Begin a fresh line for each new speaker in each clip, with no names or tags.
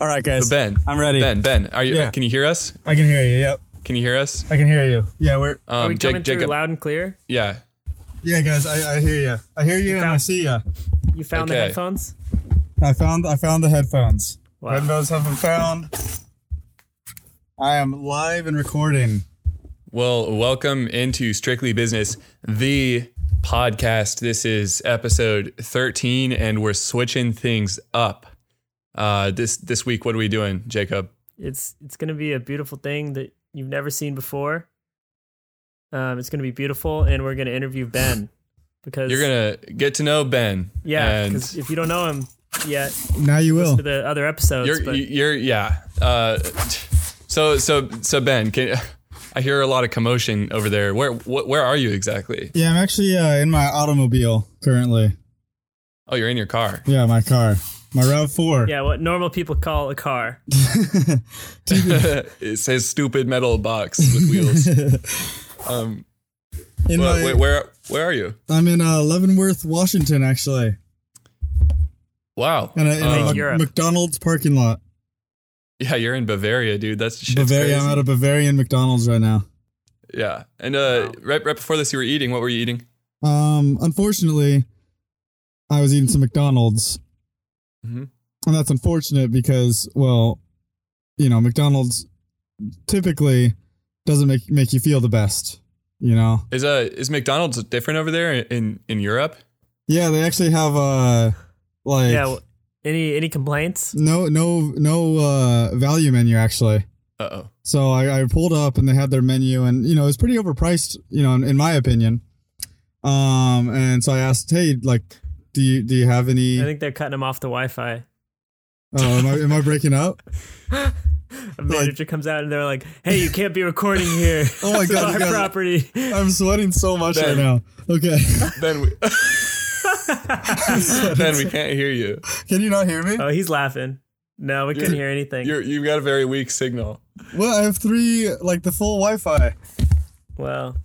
All right, guys.
But Ben,
I'm ready.
Ben, Ben, are you?
Yeah.
Can you hear us?
I can hear you. Yep.
Can you hear us?
I can hear you. Yeah, we're.
Um,
Are we
Jake-
coming through
Jacob-
loud and clear?
Yeah.
Yeah, guys. I, I hear you. I hear you, and I
found-
see you.
You found the
Okay.
headphones?
I found. I found the headphones.
Wow.
Headphones have been found. I am live and recording.
Well, welcome into Strictly Business, the podcast. This is episode 13, and we're switching things up. Uh, this this week, what are we doing, Jacob?
It's it's gonna be a beautiful thing that you've never seen before. Um, it's gonna be beautiful, and we're gonna interview Ben because
You're gonna get to know Ben.
yeah,
and
because if you don't know him yet,
Now you will.
to the other episodes,
you're
but
you're yeah. Uh, so so so Ben, can I hear a lot of commotion over there? Where wh- where are you exactly?
Yeah, I'm actually uh, in my automobile currently.
Oh, you're in your car.
Yeah, my car, my Rav Four.
yeah, what normal people call a car.
it says stupid metal box with wheels. Um,
In
well,
my,
wait, where where are you?
I'm in uh, Leavenworth, Washington, actually,
Wow.
in a, in
Um,
a
Like
Mc-
Europe.
McDonald's parking lot.
yeah, you're in Bavaria, dude. That's shit's
Bavaria.
Crazy.
I'm at a Bavarian McDonald's right now.
yeah, and uh, right right before this, you were eating. What were you eating?
Um, unfortunately, I was eating some McDonald's,
Mm-hmm.
Mhm.
and that's unfortunate because, well, you know, McDonald's typically doesn't make make you feel the best. You know,
Is uh is McDonald's different over there in in Europe?
yeah, they actually have uh, like
yeah, w- any any complaints?
no no no uh value menu actually.
Uh oh.
So I, I pulled up and they had their menu and you know it was pretty overpriced you know in, in my opinion. Um, and so I asked, hey, like, do you do you have any?
I think they're cutting him off the Wi-Fi.
Oh, am I, am I breaking up?
A manager comes out and they're like, "Hey, you can't be recording here.
Oh my
It's
God,
our
you guys-
property."
I'm sweating so much right
Ben.
now. Okay.
Ben, we, ben, we can't hear you.
Can you not hear me?
Uh,
Oh, he's laughing. No, we couldn't
You're-
hear anything.
You're you've got a very weak signal.
Well, I have three, like the full Wi Fi.
Well,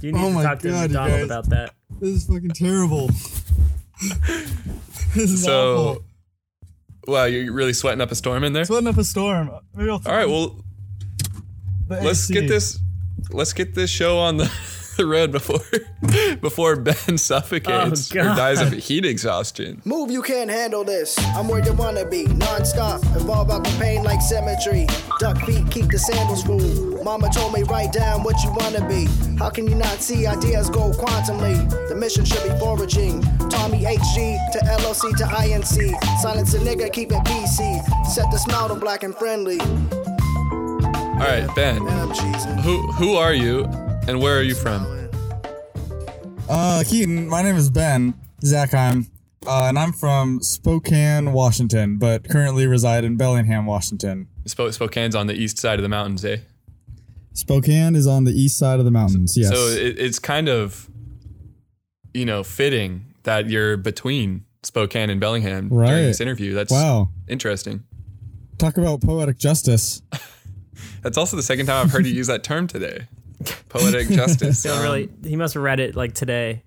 you need
Oh
to
my
talk to
God, you
McDonald
guys.
about that.
This is fucking terrible. this is
So,
awful.
wow, you're really sweating up a storm in there.
Sweating up a storm. Maybe I'll turn
All right, well,
the
let's
AC.
get this let's get this show on the, the road before before Ben suffocates
Oh,
or
God.
dies of heat exhaustion.
Move, you can't handle this. I'm where you wanna be, non-stop. Evolve out the pain like symmetry. Duck feet, keep the sandals cool. Mama told me write down what you wanna be. How can you not see ideas go quantumly? The mission should be foraging. Tommy HG to LOC to INC. Silence a nigga, keep it PC. Set the smile to black and friendly. Man,
All right, Ben,
I'm cheesing.
who who are you and where are you from?
Uh, Keaton, my name is Ben Zackheim, uh, and I'm from Spokane, Washington, but currently reside in Bellingham, Washington.
Sp- Spokane's on the east side of the mountains, eh?
Spokane is on the east side of the mountains. Yes.
So it, it's kind of you know fitting that you're between Spokane and Bellingham
Right.
during this interview. That's
wow.
interesting.
Talk about poetic justice.
That's also the second time I've heard you use that term today. Poetic justice.
Don't really.
Um,
He must have read it like today.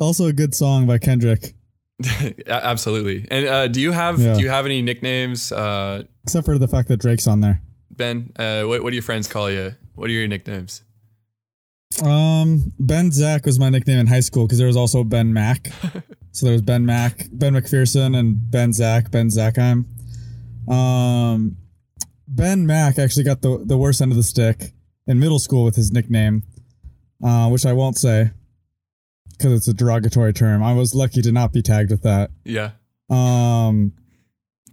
Also, a good song by Kendrick,
Um, A- Absolutely. And uh, do you have
Yeah.
do you have any nicknames, uh,
except for the fact that Drake's on there.
Ben? Uh, what what do your friends call you? What are your nicknames?
Um, Ben Zach was my nickname in high school because there was also Ben Mac. so there was Ben Mac, Ben McPherson, and Ben Zach, Ben Zachheim. Um, Ben Mac actually got the, the worst end of the stick in middle school with his nickname, uh, which I won't say because it's a derogatory term. I was lucky to not be tagged with that.
Yeah,
Um,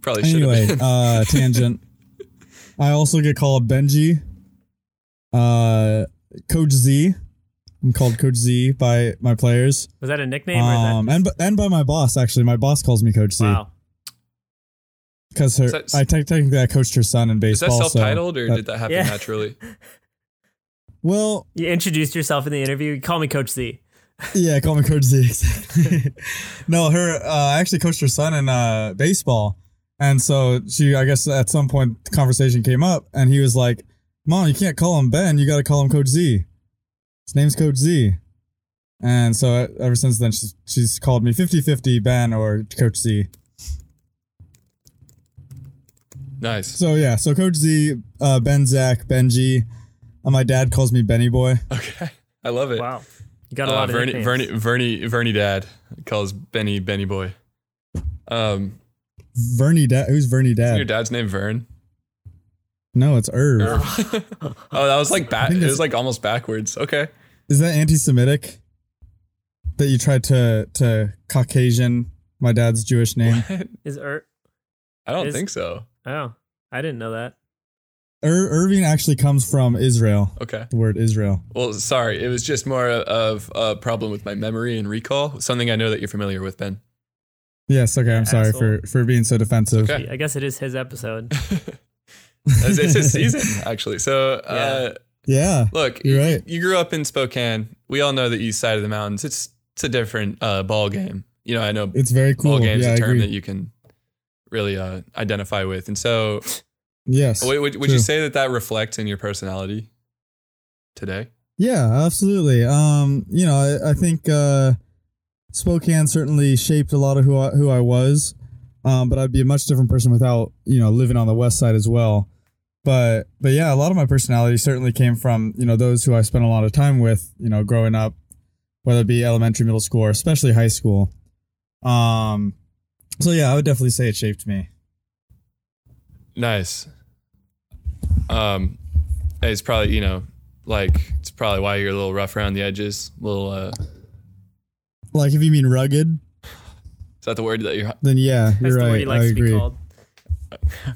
probably should
anyway,
have been.
uh, tangent. I also get called Benji, uh, Coach Z. I'm called Coach Z by my players,
Was that a nickname or
um,
is
and bu- and by my boss. Actually, my boss calls me Coach Z
that? Wow.
because her.
Is that-
I te- technically I coached her son in
Is that
baseball. so
self-titled or
that-
did that happen
Yeah.
naturally?
well,
You introduced yourself in the interview. You call me Coach Z.
yeah, call me Coach Z. Exactly. no, her. Uh, I actually coached her son in uh, baseball, and so she. I guess at some point the conversation came up, and he was like, "Mom, you can't call him Ben. You got to call him Coach Z. His name's Coach Z." And so uh, ever since then, she's she's called me 50-50 Ben or Coach Z.
Nice.
So yeah, so Coach Z, uh, Ben Zach, Benji. Uh, my dad calls me Benny Boy.
Okay. I love it.
Wow. You got a
Uh,
lot of
Vernie,
nicknames.
Vernie, Vernie, Vernie dad calls Benny Benny boy. Um,
Vernie dad. Who's Vernie
isn't your
dad?
dad's name Vern.
No, it's Irv.
oh, that was like
I
back.
think
It
that's-
was like almost backwards. Okay.
Is that anti-Semitic? That you tried to to Caucasian my dad's Jewish name.
Is er-
I don't
Is-
think so.
oh, I didn't know that.
Ir- Er, Irving actually comes from Israel.
Okay.
The word Israel.
Well, sorry. It was just more of a problem with my memory and recall. Something I know that you're familiar with, Ben.
Yes. Okay. I'm sorry
Asshole.
for for being so defensive.
Okay.
I guess it is his episode.
It's it's his season, actually. So, uh,
Yeah.
look,
You're right.
you grew up in Spokane. We all know the east side of the mountains. It's it's a different uh, ball game. You know, I know
It's very cool.
ball game's
yeah. I
a term
agree.
that you can really uh, identify with. And so,
yes.
would, would, would you
True.
say that that reflects in your personality today?
Yeah, absolutely. Um, you know, I, I think uh, Spokane certainly shaped a lot of who I, who I was, um, but I'd be a much different person without you know living on the West Side as well. But but yeah, a lot of my personality certainly came from you know those who I spent a lot of time with, you know, growing up, whether it be elementary, middle school, or especially high school. Um, so yeah, I would definitely say it shaped me.
Nice. Um, it's probably you know, like it's probably why you're a little rough around the edges. Little uh, is
Like if you mean rugged,
that the word that you're?
then yeah,
That's
you're
the
right.
word he likes
I
to be
agree.
called.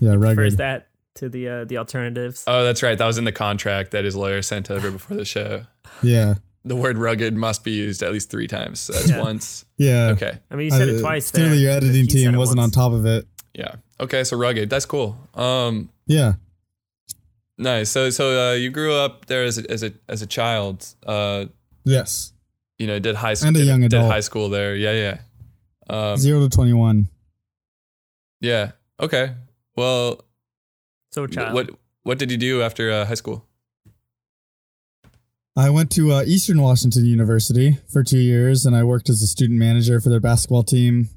Yeah,
Prefers
rugged.
that to the uh, the alternatives.
Oh, that's right. That was in the contract that his lawyer sent over before the show.
Yeah,
The word rugged must be used at least three times. So that's
Yeah.
once.
yeah.
Okay.
I mean, you said
Uh,
it twice. There.
Clearly, your
but
editing
he said
team
it
wasn't
once.
on top of it.
Yeah. Okay. So rugged. That's cool. Um.
Yeah.
Nice. So so uh, you grew up there as a, as a as a child. Uh.
Yes.
You know, did high school
And a
did,
young
did
adult.
high school there. Yeah. Yeah. Um.
Zero to twenty-one.
Yeah. Okay. Well,
So child.
What What did you do after uh, high school?
I went to uh, Eastern Washington University for two years, and I worked as a student manager for their basketball team.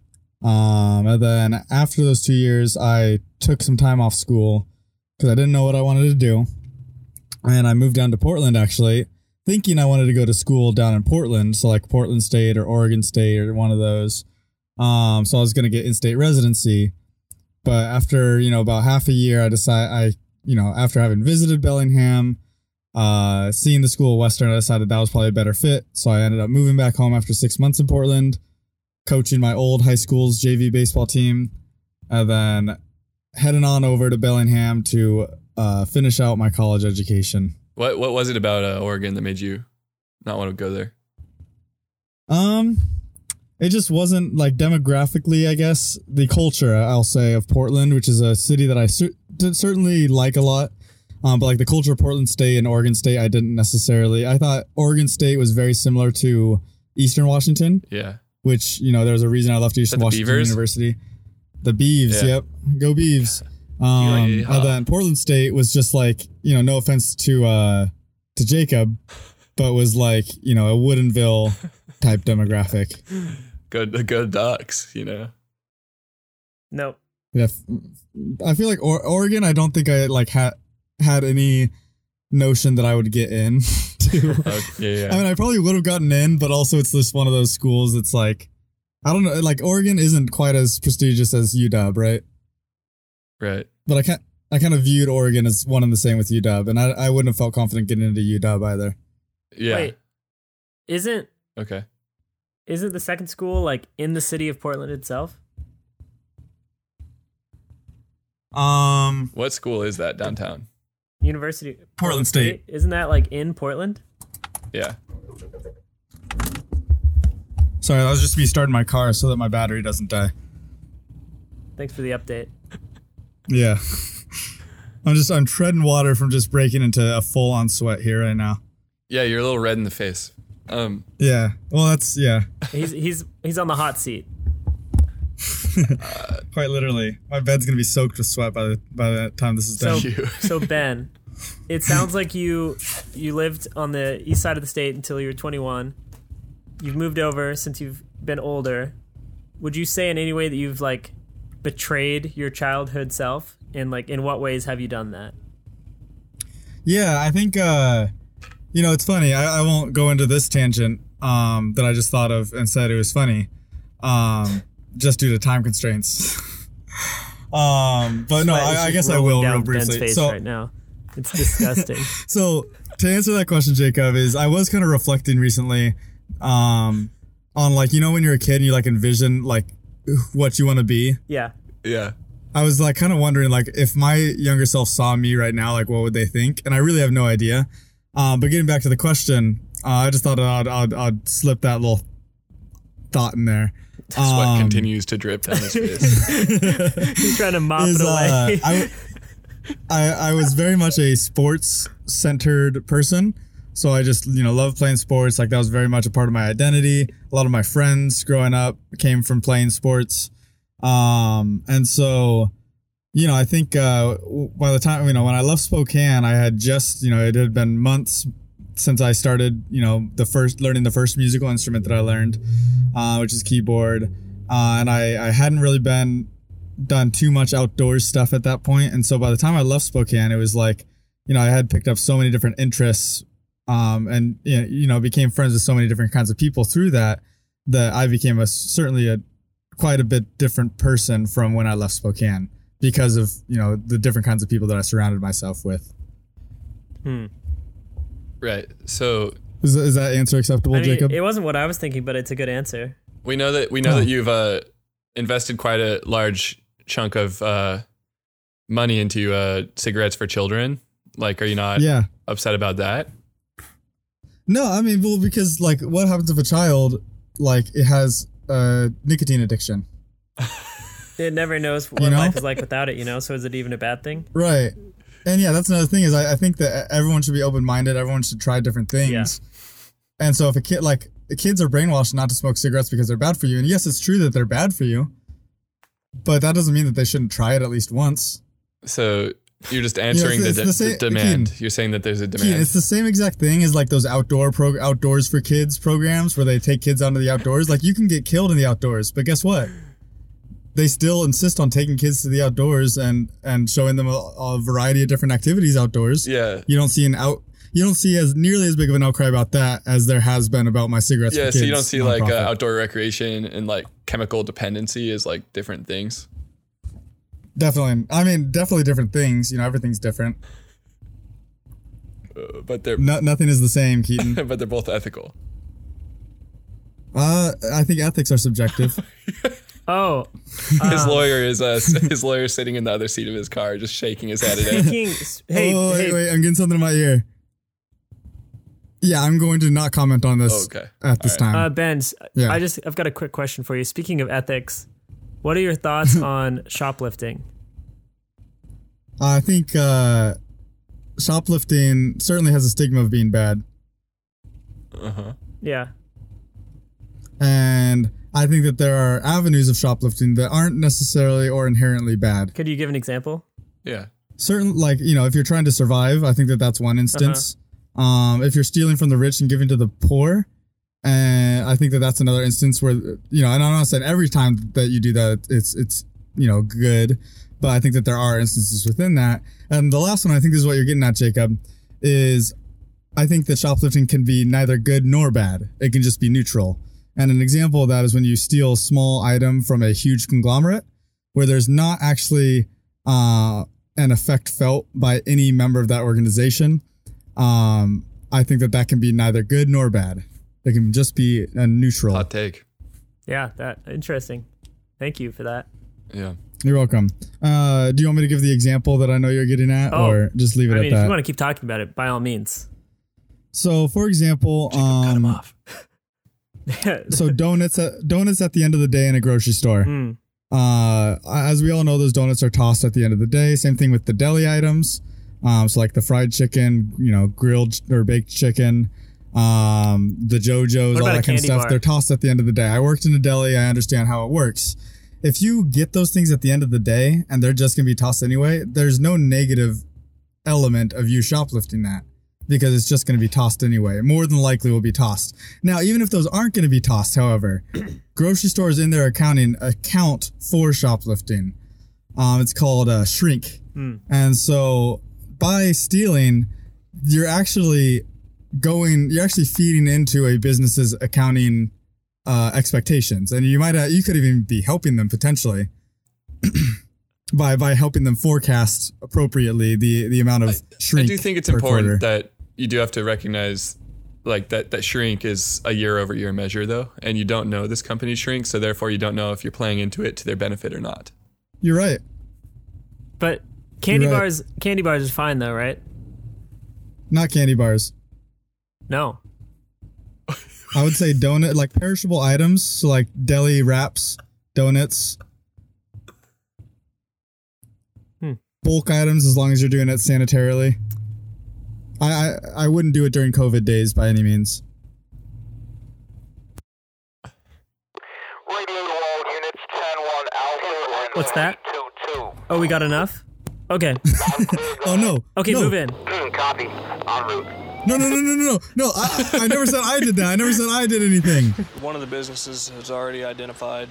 Um, and then after those two years, I took some time off school because I didn't know what I wanted to do, and I moved down to Portland actually, thinking I wanted to go to school down in Portland, so like Portland State or Oregon State or one of those. Um, so I was gonna get in-state residency, but after you know about half a year, I decided I you know after having visited Bellingham uh, seeing the school at Western, I decided that was probably a better fit. So I ended up moving back home after six months in Portland, coaching my old high school's JV baseball team, and then heading on over to Bellingham to uh, finish out my college education.
What What was it about uh, Oregon that made you not want to go there?
Um, it just wasn't like demographically, I guess, the culture I'll say of Portland, which is a city that I cer- did certainly like a lot. Um, but like the culture of Portland State and Oregon State, I didn't necessarily. I thought Oregon State was very similar to Eastern Washington,
Yeah.
which you know there was a reason I left Eastern
the
Washington
Beavers?
University. The Beavs,
Yeah.
yep, go Beavs. Um,
Yeah.
and then Portland State was just like you know, no offense to uh, to Jacob, but was like you know a Woodinville type demographic.
Go Go Ducks. You know.
no.
Yeah, f- I feel like or- Oregon. I don't think I like had had any notion that I would get in. to.
Uh, yeah.
I
Yeah.
mean, I probably would have gotten in, but also it's just one of those schools that's like, I don't know, like Oregon isn't quite as prestigious as UW, right?
Right.
But I can't. I kind of viewed Oregon as one and the same with UW, and I, I wouldn't have felt confident getting into UW either.
Yeah.
Wait. Isn't
Okay.
isn't the second school like in the city of Portland itself?
Um,
What school is that downtown?
University
Portland State.
Isn't that like in Portland?
Yeah.
sorry, that was just me starting my car so that my battery doesn't die.
Thanks for the update.
Yeah, I'm just I'm treading water from just breaking into a full on sweat here right now.
Yeah. You're a little red in the face. Um.
Yeah, well, that's yeah,
He's he's he's on the hot seat.
quite literally. My bed's gonna be soaked with sweat by the by the time this is
So
done.
You.
so Ben, it sounds like you you lived on the east side of the state until you were 21. You've moved over since you've been older. Would you say in any way that you've like betrayed your childhood self and like in what ways have you done that?
Yeah, I think uh, you know it's funny. I, I won't go into this tangent um, that I just thought of and said it was funny, um, just due to time constraints. um, but no,
Sweat is
I, I
just
guess I
rolling
will
down
real
Ben's
briefly.
face
So,
right now, it's disgusting.
so to answer that question, Jacob, is I was kind of reflecting recently um, on like you know when you're a kid and you like envision like what you want to be.
yeah,
Yeah.
I was like kind of wondering like if my younger self saw me right now, like what would they think? And I really have no idea. Um, but getting back to the question, uh, I just thought I'd, I'd, I'd slip that little thought in there.
Sweat
Um,
continues to drip down his face.
he's trying to mop
is, uh,
it away.
I, I I was very much a sports centered person. So I just, you know, love playing sports. Like that was very much a part of my identity. A lot of my friends growing up came from playing sports. Um, and so, you know, I think uh, w- by the time, you know, when I left Spokane, I had just, you know, it had been months since I started, you know, the first learning the first musical instrument that I learned, uh, which is keyboard. Uh, and I, I hadn't really been done too much outdoors stuff at that point. And so by the time I left Spokane, it was like, you know, I had picked up so many different interests um, and, you know, you know, became friends with so many different kinds of people through that, that I became a certainly a quite a bit different person from when I left Spokane because of, you know, the different kinds of people that I surrounded myself with.
right. So
Is, is that answer acceptable,
I mean,
Jacob?
it wasn't what I was thinking, but it's a good answer.
we know that we know that you've uh, invested quite a large chunk of uh, money into uh, cigarettes for children. Like, are you not
yeah.
upset about that?
No, I mean, well, because like, what happens if a child like it has a nicotine addiction?
It never knows what
You know?
life is like without it, you know. So is it even a bad thing?
Right. And yeah, that's another thing is I, I think that e-, everyone should be open minded. Everyone should try different things. And so if a kid like the kids are brainwashed not to smoke cigarettes because they're bad for you, and yes, it's true that they're bad for you, but that doesn't mean that they shouldn't try it at least once.
So you're just answering
it's
the, de-
the same-
the demand. You're saying that there's a
Keen,
demand.
it's the same exact thing as like those outdoor pro outdoors for kids programs where they take kids out into the outdoors. Like you can get killed in the outdoors, but guess what? They still insist on taking kids to the outdoors and and showing them a, a variety of different activities outdoors.
yeah.
you don't see an out you don't see as nearly as big of an outcry about that as there has been about my cigarettes.
Yeah,
for
so you
Kids
don't see like uh,
nonprofit.
outdoor recreation and like chemical dependency as like different things.
definitely. I mean, definitely different things. You know, everything's different.
Uh, but they're
No, nothing is the same, Keaton.
but they're both ethical.
uh, I think ethics are subjective.
Oh,
His lawyer is uh, his lawyer sitting in the other seat of his car, just shaking his head at it.
speaking. hey,
oh, wait,
hey,
wait, I'm getting something in my ear. Yeah, I'm going to not comment on this
Oh, Okay.
at this time.
Uh, Benz,
Yeah.
I just I've got a quick question for you. Speaking of ethics, what are your thoughts on shoplifting?
I think uh, shoplifting certainly has a stigma of being bad.
Yeah,
And I think that there are avenues of shoplifting that aren't necessarily or inherently bad.
could you give an example?
Yeah.
certain like you know if you're trying to survive i think that that's one instance um if you're stealing from the rich and giving to the poor and i think that that's another instance where you know and i'm not saying every time that you do that it's it's you know good but i think that there are instances within that and the last one i think this is what you're getting at jacob is i think that shoplifting can be neither good nor bad it can just be neutral and an example of that is when you steal a small item from a huge conglomerate where there's not actually uh, an effect felt by any member of that organization, um, I think that that can be neither good nor bad. It can just be a neutral.
Hot take.
Yeah, that interesting. Thank you for that.
Yeah.
You're welcome. Uh, do you want me to give the example that I know you're getting at,
Oh,
or just leave it
I
at
mean, if
that?
you want to keep talking about it, by all means.
so, for example, um,
off.
so donuts at, donuts at the end of the day in a grocery store.
Mm.
Uh, as we all know, those donuts are tossed at the end of the day. Same thing with the deli items. Um, so like the fried chicken, you know, grilled ch- or baked chicken, um, the JoJo's, all
What about
that
a
kind of
candy
stuff.
bar?
They're tossed at the end of the day. I worked in a deli. I understand how it works. If you get those things at the end of the day and they're just gonna be tossed anyway, there's no negative element of you shoplifting that because it's just going to be tossed anyway. More than likely will be tossed. Now, even if those aren't going to be tossed, however, grocery stores in their accounting account for shoplifting. Um, it's called uh, Shrink. And so by stealing, you're actually going, you're actually feeding into a business's accounting uh, expectations, and you might, uh, you could even be helping them potentially by by helping them forecast appropriately the the amount of
I
shrink.
do think it's
per
important
quarter.
that you do have to recognize like that that shrink is a year over year measure though, and you don't know this company shrink, so therefore you don't know if you're playing into it to their benefit or not.
you're right.
But candy
You're right.
bars, candy bars is fine though, right?
Not candy bars.
No.
I would say donut, like perishable items, so like deli wraps, donuts,
Hmm.
bulk items, as long as you're doing it sanitarily. I, I I wouldn't do it during COVID days by any means.
Radio to all units, 10 1 Alpha. and
What's that?
822.
Oh, we got enough. Okay.
Oh no!
Okay,
no.
move in.
Hmm, Copy. En route.
No no no no no no no! I, I never said I did that. I never said I did anything.
One of the businesses has already identified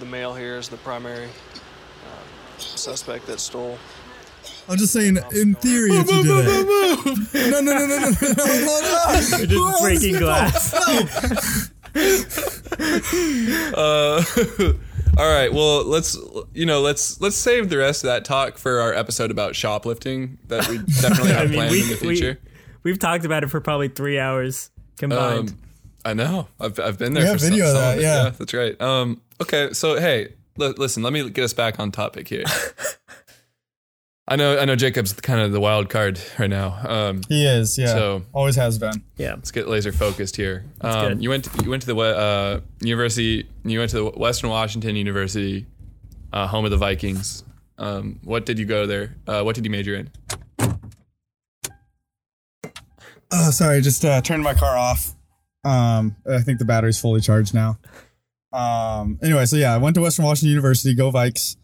the male here as the primary uh, suspect that stole.
I'm just saying, in theory, if you did it. No no no no no no no! no.
You're just breaking glass.
Uh, all right, well let's you know let's let's save the rest of that talk for our episode about shoplifting that we definitely have
I mean,
planned
we,
in the
we
future.
we've talked about it for probably three hours combined.
Um, I know. I've, I've been there.
We have
for some-
video of
some
that,
it.
yeah.
that's right. Um. Okay. So hey, li- listen. Let me get us back on topic here. I know. I know. Jacob's kind of the wild card right now. Um.
He is, yeah.
So-
Always has been.
yeah.
Let's get laser focused here. Um,
good.
you went. you went to the we- uh, university. You went to the Western Washington University, uh, home of the Vikings. Um, what did you go there? Uh, what did you major in?
Oh, sorry. Just uh, turned my car off. Um, I think the battery's fully charged now. Um, anyway, so yeah, I went to Western Washington University. Go Vikes.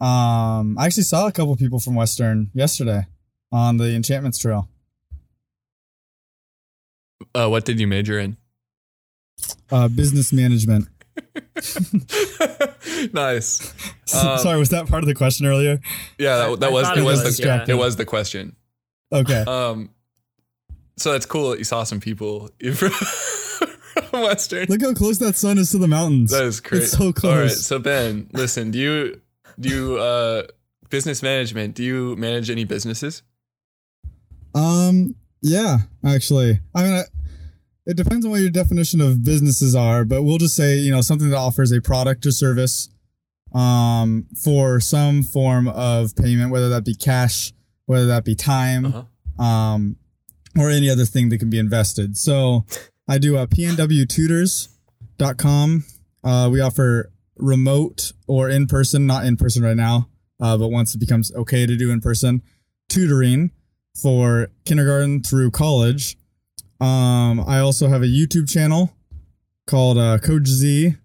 Um, I actually saw a couple people from Western yesterday on the Enchantments Trail.
Uh, what did you major in?
Uh, business management.
nice. Um,
sorry, was that part of the question earlier?
Yeah, that, that
I
was
thought
it.
it
Was,
was,
the
yeah.
it was the question.
Okay.
Um, so that's cool that you saw some people from Western.
Look how close that sun is to the mountains.
that is crazy.
It's so close.
All right, so Ben, listen, do you do you uh, business management? Do you manage any businesses?
Um. Yeah. Actually, I mean, I, it depends on what your definition of businesses are, but we'll just say you know something that offers a product or service, um, for some form of payment, whether that be cash, whether that be
Uh-huh.
time, um, or any other thing that can be invested. So, I do uh, pnwtutors.com. Uh, we offer remote or in person, not in person right now, uh, but once it becomes okay to do in person, tutoring for kindergarten through college. Um, I also have a YouTube channel called uh, Coach Z,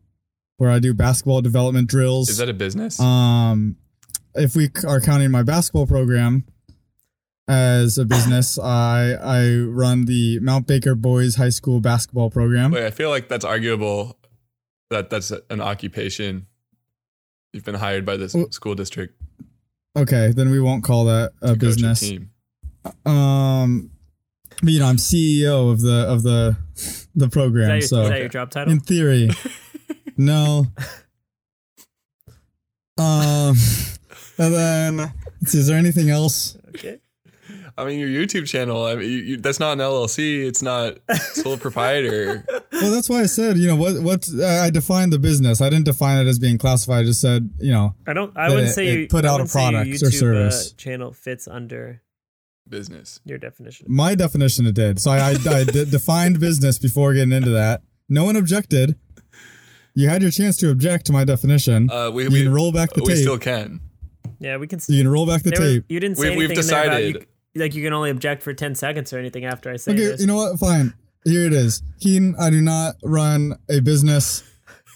where I do basketball development drills.
Is that a business?
Um, if we c- are counting my basketball program as a business, I I run the Mount Baker Boys High School basketball program.
Wait, I feel like that's arguable. That that's an occupation. You've been hired by this
Oh.
school district to
Okay, then we won't call that a
coach a
business.
team.
Um, but you know, I'm CEO of the of the the
is, that
program,
your,
so
is that your job title?
in theory, no. Um, and then let's see, is there anything else?
I mean, your YouTube channel. I mean, you, you, that's not an LLC. It's not sole proprietor.
well, that's why I said, you know, what what I I defined the business. I didn't define it as being classified. I just said, you know,
I don't. I
that
wouldn't
it-
say
it
you
put
I
out a
wouldn't say your
product or
YouTube,
service.
Uh, channel fits under
business.
your definition.
my definition it did. So I, I, I de- defined business before getting into that. No one objected. You had your chance to object to my definition.
Uh, we
you
we
can roll back the
we
tape.
still can.
Yeah, we can. s-
Mm. you can roll back the
there were-
tape.
you didn't say
We- we've
anything in there about you
decided.
c- like you can only object for ten seconds or anything after I say
Okay,
this.
you know what? Fine. Here it is. Keen, I do not run a business.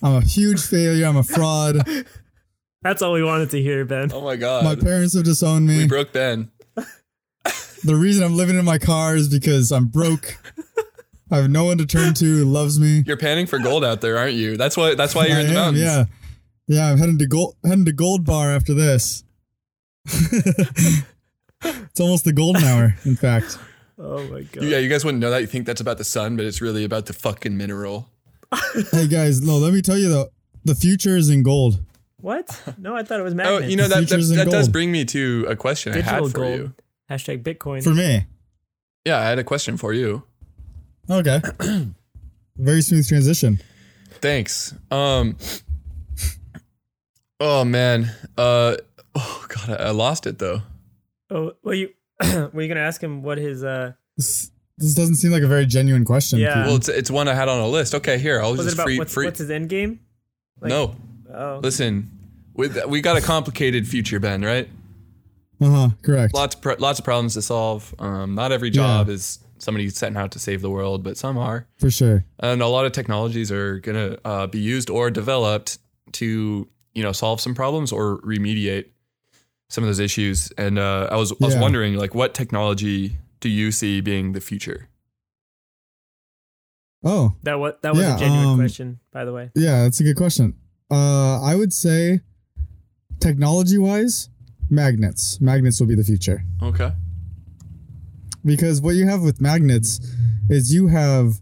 I'm a huge failure. I'm a fraud.
That's all we wanted to hear, Ben.
Oh
My
my god,
parents have disowned me.
we broke Ben.
The reason I'm living in my car is because I'm broke. I have no one to turn to who loves me.
You're panning for gold out there, aren't you? That's why. That's why Oh, you're in the
I am,
mountains.
Yeah, yeah. I'm heading to gold. Heading to Gold Bar after this. It's almost the golden hour, in fact.
Oh my god.
Yeah, you guys wouldn't know that. You think that's about the sun, but it's really about the fucking mineral.
Hey guys, no, let me tell you though, the future is in gold.
What? No, I thought it was
Oh,
magnets.
you know that that,
Futures in
that does
gold.
bring me to a question I
digital
had for
gold.
you.
Hashtag Bitcoin.
For me.
Yeah, I had a question for you.
Okay. Very smooth transition.
Thanks. Um. Oh man. Uh. Oh god, I, I lost it though.
oh, well, you were you gonna ask him what his uh
This, this doesn't seem like a very genuine question.
Yeah.
Keaton.
Well, it's it's one I had on a list. Okay, here I'll
was it
just
about
free
what's,
free.
what's his end game? like-
no,
Oh,
listen. With we got a complicated future, Ben. Right?
Uh-huh, correct.
Lots of pro- lots of problems to solve. Um, not every job
Yeah.
is somebody setting out to save the world, but some are.
For sure.
and a lot of technologies are going to uh, be used or developed to you know solve some problems or remediate some of those issues and uh, i was i was
Yeah.
wondering like what technology do you see being the future
Oh,
that was that was
Yeah,
a genuine
um,
question, by the way.
yeah, that's a good question. Uh I would say technology wise, magnets. Magnets will be the future.
okay
because what you have with magnets is you have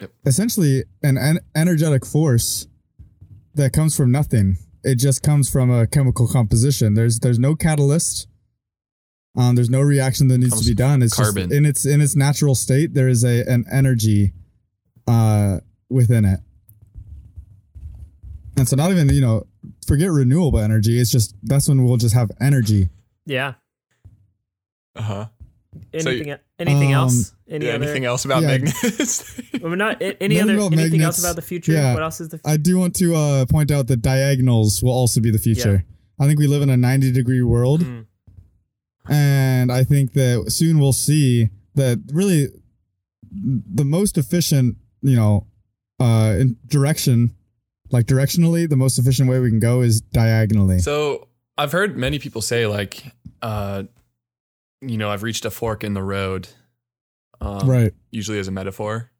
Yep.
essentially an en- energetic force that comes from nothing. It just comes from a chemical composition. There's there's no catalyst. Um, there's no reaction that needs
Comes
to be done. It's
carbon.
just in its in its natural state. There is a an energy uh, within it, and so not even you know forget renewable energy. It's just that's when we'll just have energy.
Yeah.
uh-huh So you-
Anything e, anything
Um,
else? Any
yeah,
other?
anything else about
Yeah.
magnets
Well, not a- any
Nothing
other
about
anything
magnets.
else about the future.
Yeah.
What else is the future?
I do want to uh, point out that diagonals will also be the future. I think we live in a 90 degree world.
Mm.
Mm-hmm.
And I think that soon we'll see that really the most efficient, you know, uh, in direction, like directionally, the most efficient way we can go is diagonally.
So I've heard many people say like, uh, you know, I've reached a fork in the road. Um,
Right.
Usually as a metaphor.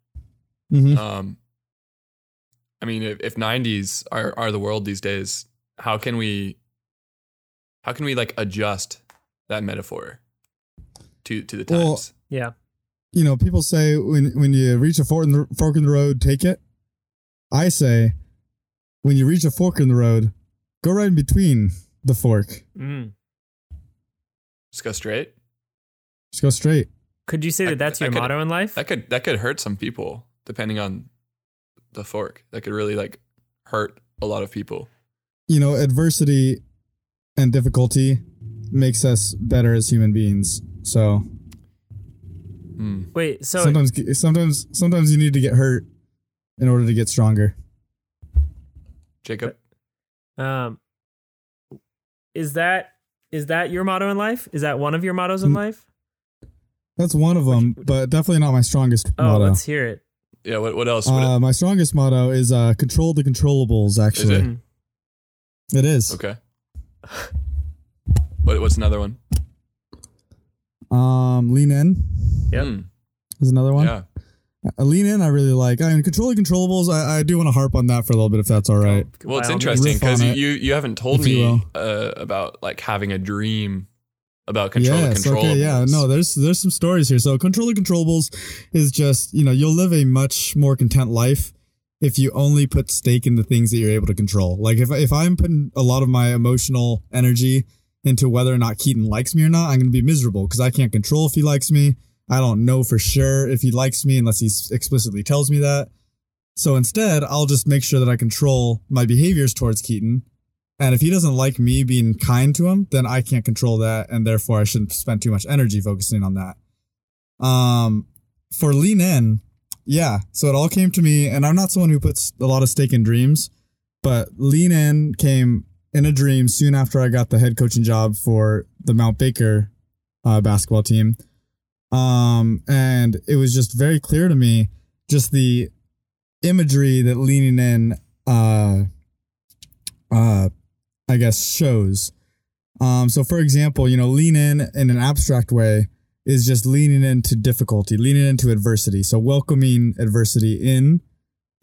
Mhm.
Um, I mean, if, if 90s are, are the world these days, how can we, how can we like adjust that metaphor to, to the times?
Well,
yeah.
you know, people say when when you reach a fork in the, fork in the road, take it. I say, when you reach a fork in the road, go right in between the fork.
Mm.
Just go straight.
Just go straight.
Could you say
I-
that that's
I
your
could-
motto in life?
That could, that could hurt some people depending on the fork. That could really like hurt a lot of people.
you know, adversity and difficulty makes us better as human beings. So
Hmm.
Wait, so
sometimes, sometimes, sometimes you need to get hurt in order to get stronger.
Jacob.
um is that is that your motto in life? Is that one of your mottos in
Mm.
life?
That's one of them, but definitely not my strongest
Oh,
motto.
let's hear it.
Yeah. What, what else? What-
Uh, my strongest motto is uh, control the controllables. Actually,
it?
it is.
Okay. What, what's another one?
Um, lean in
Yep.
Mm,
is another one.
yeah.
Uh, lean in, I really like. I mean, control the controllables. I, I do want to harp on that for a little bit, if that's all right.
Well, it's
By all means.
interesting
Riff on
because you,
it,
you you haven't told
if you
me
will.
uh, about like having a dream about control the
Yes,
control.
Okay, yeah, no, there's there's some stories here. So controller controllables is just, you know, you'll live a much more content life if you only put stake in the things that you're able to control. Like if if I'm putting a lot of my emotional energy into whether or not Keaton likes me or not, I'm going to be miserable because I can't control if he likes me. I don't know for sure if he likes me unless he s- explicitly tells me that. So instead, I'll just make sure that I control my behaviors towards Keaton and if he doesn't like me being kind to him, then I can't control that, and therefore I shouldn't spend too much energy focusing on that. Um, for lean in, yeah. So it all came to me, and I'm not someone who puts a lot of stake in dreams, but lean in came in a dream soon after I got the head coaching job for the Mount Baker uh, basketball team. Um, and it was just very clear to me just the imagery that leaning in uh uh I guess shows. Um, so for example, you know, lean in in an abstract way is just leaning into difficulty, leaning into adversity. So welcoming adversity in,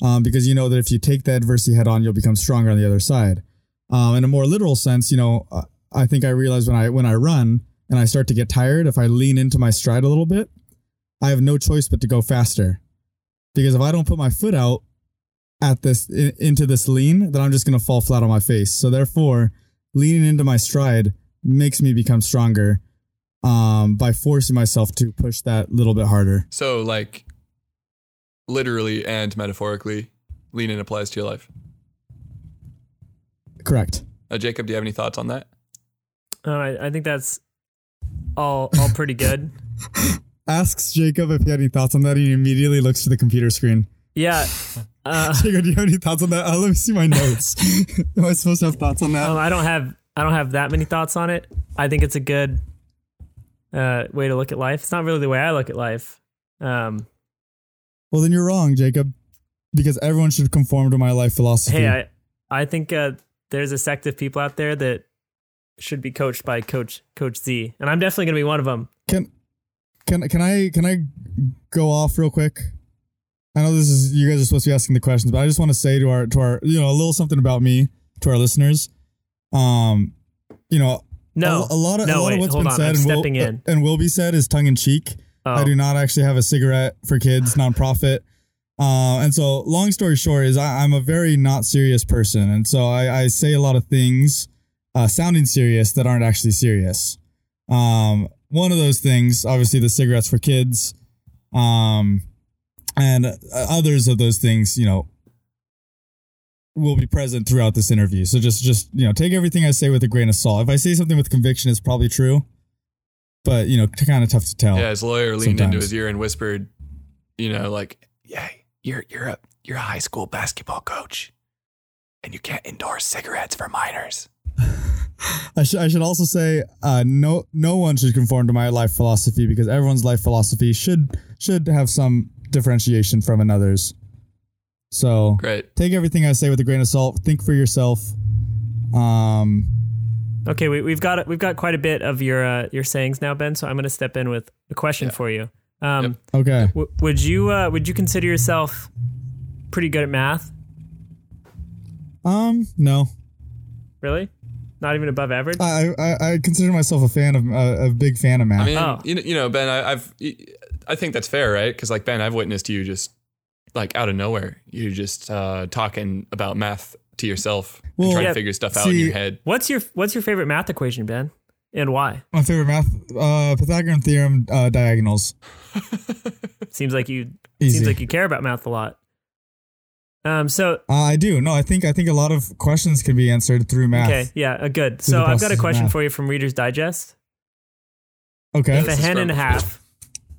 um, because you know that if you take that adversity head on, you'll become stronger on the other side. Um, in a more literal sense, you know, uh, I think I realize when I when I run and I start to get tired, if I lean into my stride a little bit, I have no choice but to go faster. Because if I don't put my foot out at this i- into this lean, then I'm just going to fall flat on my face. So therefore, leaning into my stride makes me become stronger um, by forcing myself to push that little bit harder.
So, like, literally and metaphorically, lean in applies to your life.
Correct.
Uh, Jacob, do you have any thoughts on that?
All right, Oh, I think that's all all pretty good.
Asks Jacob if he had any thoughts on that, and he immediately looks to the computer screen.
yeah. Uh,
Jacob, do you have any thoughts on that? Uh, let me see my notes. Am I supposed to have thoughts on that?
um, I don't have I don't have that many thoughts on it. I think it's a good uh, way to look at life. It's not really the way I look at life. Um,
Well, then you're wrong, Jacob, because everyone should conform to my life philosophy.
hey, I I think uh, there's a sect of people out there that should be coached by Coach Coach Z, and I'm definitely gonna be one of them.
can can can I can I go off real quick? I know this is you guys are supposed to be asking the questions, but I just want to say to our to our you know a little something about me to our listeners. Um, you know,
No,
a, a lot of a
no,
lot
wait,
of what's
hold
been
on,
said
I'm
and will,
stepping in.
and will be said is tongue in cheek.
Oh,
I do not actually have a cigarette for kids nonprofit. Uh, and so, long story short, is I, I'm a very not serious person. And so, I, I say a lot of things uh, sounding serious that aren't actually serious. Um, one of those things, obviously, the cigarettes for kids, um, and uh, others of those things, you know, will be present throughout this interview. So just, just you know, take everything I say with a grain of salt. If I say something with conviction, it's probably true, but you know, kind of tough to tell.
Yeah, his lawyer leaned into
Sometimes.
his ear and whispered, you know, like, yeah, you're you're a you're a high school basketball coach. And you can't endorse cigarettes for minors.
I should I should also say uh, no no one should conform to my life philosophy because everyone's life philosophy should should have some differentiation from another's. So
Great.
take everything I say with a grain of salt. Think for yourself. Um,
Okay, we, we've got we've got quite a bit of your uh, your sayings now, Ben. So I'm going to step in with a question for you. Um,
Yep.
okay,
w- would you uh, would you consider yourself pretty good at math?
um, no,
Really? Not even above average?
I I, I consider myself a fan of uh, a big fan of math.
I mean,
Oh.
you, know, you know, Ben, I, I've, I think that's fair, right? Because like Ben, I've witnessed you just like out of nowhere, you just uh, talking about math to yourself
Well,
and trying
Yeah,
to figure stuff out in
see-
your head.
what's your what's your favorite math equation, Ben? And why?
My favorite math, uh, Pythagorean theorem, uh, diagonals.
Seems like you
Easy.
seems like you care about math a lot. Um so
uh, I do. No, I think I think a lot of questions can be answered through math.
okay, yeah, uh, good.
Through the
So I've got
process
a
of
question
math.
for you from Reader's Digest.
Okay.
If a
This is
hen and a
from-
half.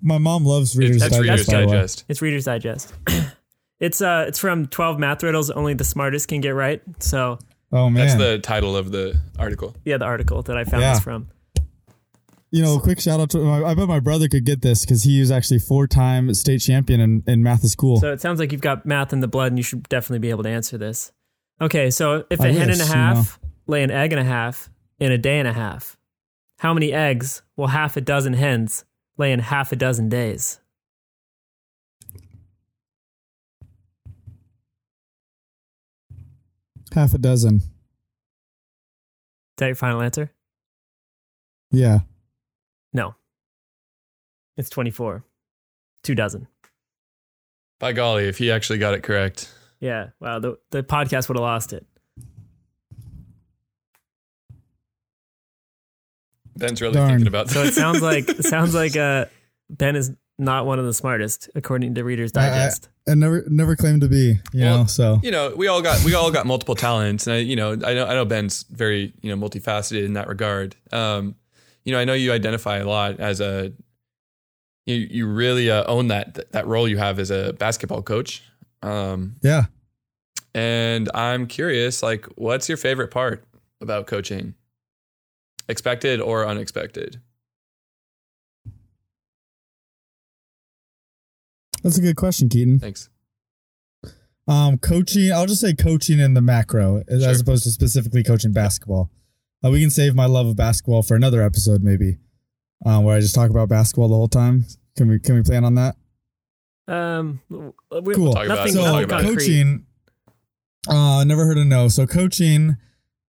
My mom loves
It-
Reader's
that's
Digest.
Reader's
by the way.
Digest.
It's Reader's Digest. it's uh it's from 12 math riddles only the smartest can get right. So
Oh man.
That's the title of the article.
yeah, the article that I found
Yeah.
this from.
You know, quick shout out to my, I bet my brother could get this because he was actually four time state champion in, in math is cool.
So it sounds like you've got math in the blood and you should definitely be able to answer this. Okay, so if a
I
hen and a
wish, Oh, you
half lay an egg and a half in a day and a half, how many eggs will half a dozen hens lay in half a dozen days?
Half a dozen.
Is that your final answer?
Yeah.
No. It's 24. Two dozen.
By golly, if he actually got it correct.
Yeah, wow, the, the podcast would have lost it.
Ben's really
Darn.
thinking about that.
So it sounds like it sounds like uh, Ben is not one of the smartest, according to Reader's
I- I-
Digest.
And never never claimed to be, you
Well,
know, so.
you know, we all got we all got multiple talents, and I, you know, I know I know Ben's very you know multifaceted in that regard. Um, you know, I know you identify a lot as a you you really uh, own that that role you have as a basketball coach. Um,
Yeah.
and I'm curious, like, what's your favorite part about coaching, expected or unexpected?
That's a good question, Keaton.
Thanks.
Um, coaching, I'll just say coaching in the macro as, as
Sure.
opposed to specifically coaching basketball. Uh, we can save my love of basketball for another episode, maybe, um, where I just talk about basketball the whole time. Can we can we plan on that?
um, w- we,
Cool.
talk about
nothing
it. We'll talk
so
about it.
concrete.
coaching uh never heard of no so coaching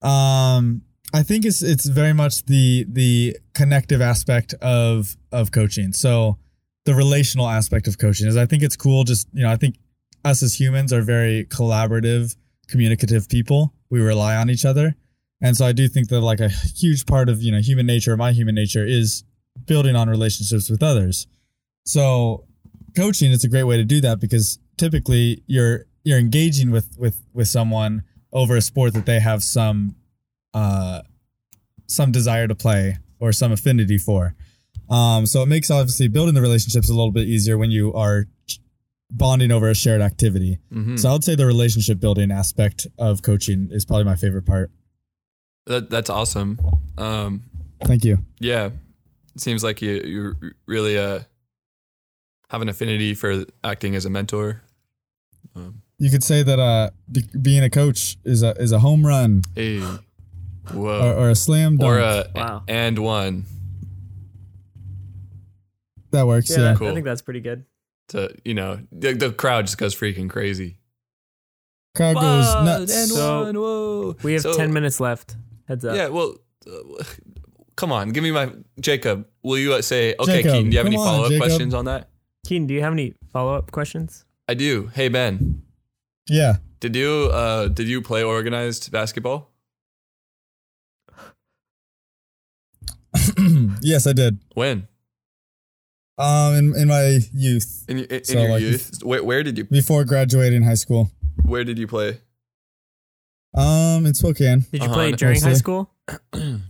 um I think it's it's very much the the connective aspect of of coaching. So the relational aspect of coaching is I think it's cool just, you know, I think us as humans are very collaborative, communicative people. We rely on each other. And so I do think that like a huge part of, you know, human nature, my human nature is building on relationships with others. So coaching is a great way to do that because typically you're you're engaging with with with someone over a sport that they have some uh some desire to play or some affinity for. Um so it makes obviously building the relationships a little bit easier when you are bonding over a shared activity.
Mhm.
So I would say the relationship building aspect of coaching is probably my favorite part.
That, that's awesome. Um,
Thank you.
yeah, it seems like you you really uh, have an affinity for acting as a mentor.
You could say that uh, be- being a coach is a is a home run
Hey,
or,
whoa,
or a slam dunk.
Uh, or, a
Wow.
and one.
that works.
Yeah,
Yeah.
that- I
Cool.
think that's pretty good.
To you know, the, the crowd just goes freaking crazy.
Crowd goes nuts.
And
So,
one, whoa.
We have
So-
10 minutes left. Heads up.
Yeah, well, uh, come on, give me my Jacob. Will you uh, say okay,
Jacob,
Keaton? Do you have any
come on,
follow up
Jacob.
questions on that?
Keen, do you have any follow up questions?
I do. Hey Ben,
Yeah.
did you uh, did you play organized basketball?
yes, I did.
When
Um, in, in my youth,
in, y- in,
So,
your
like,
youth? Where, where did you
before graduating high school,
where did you play?
um, in Spokane,
Did you
Uh-huh,
play during high
mostly.
school?
did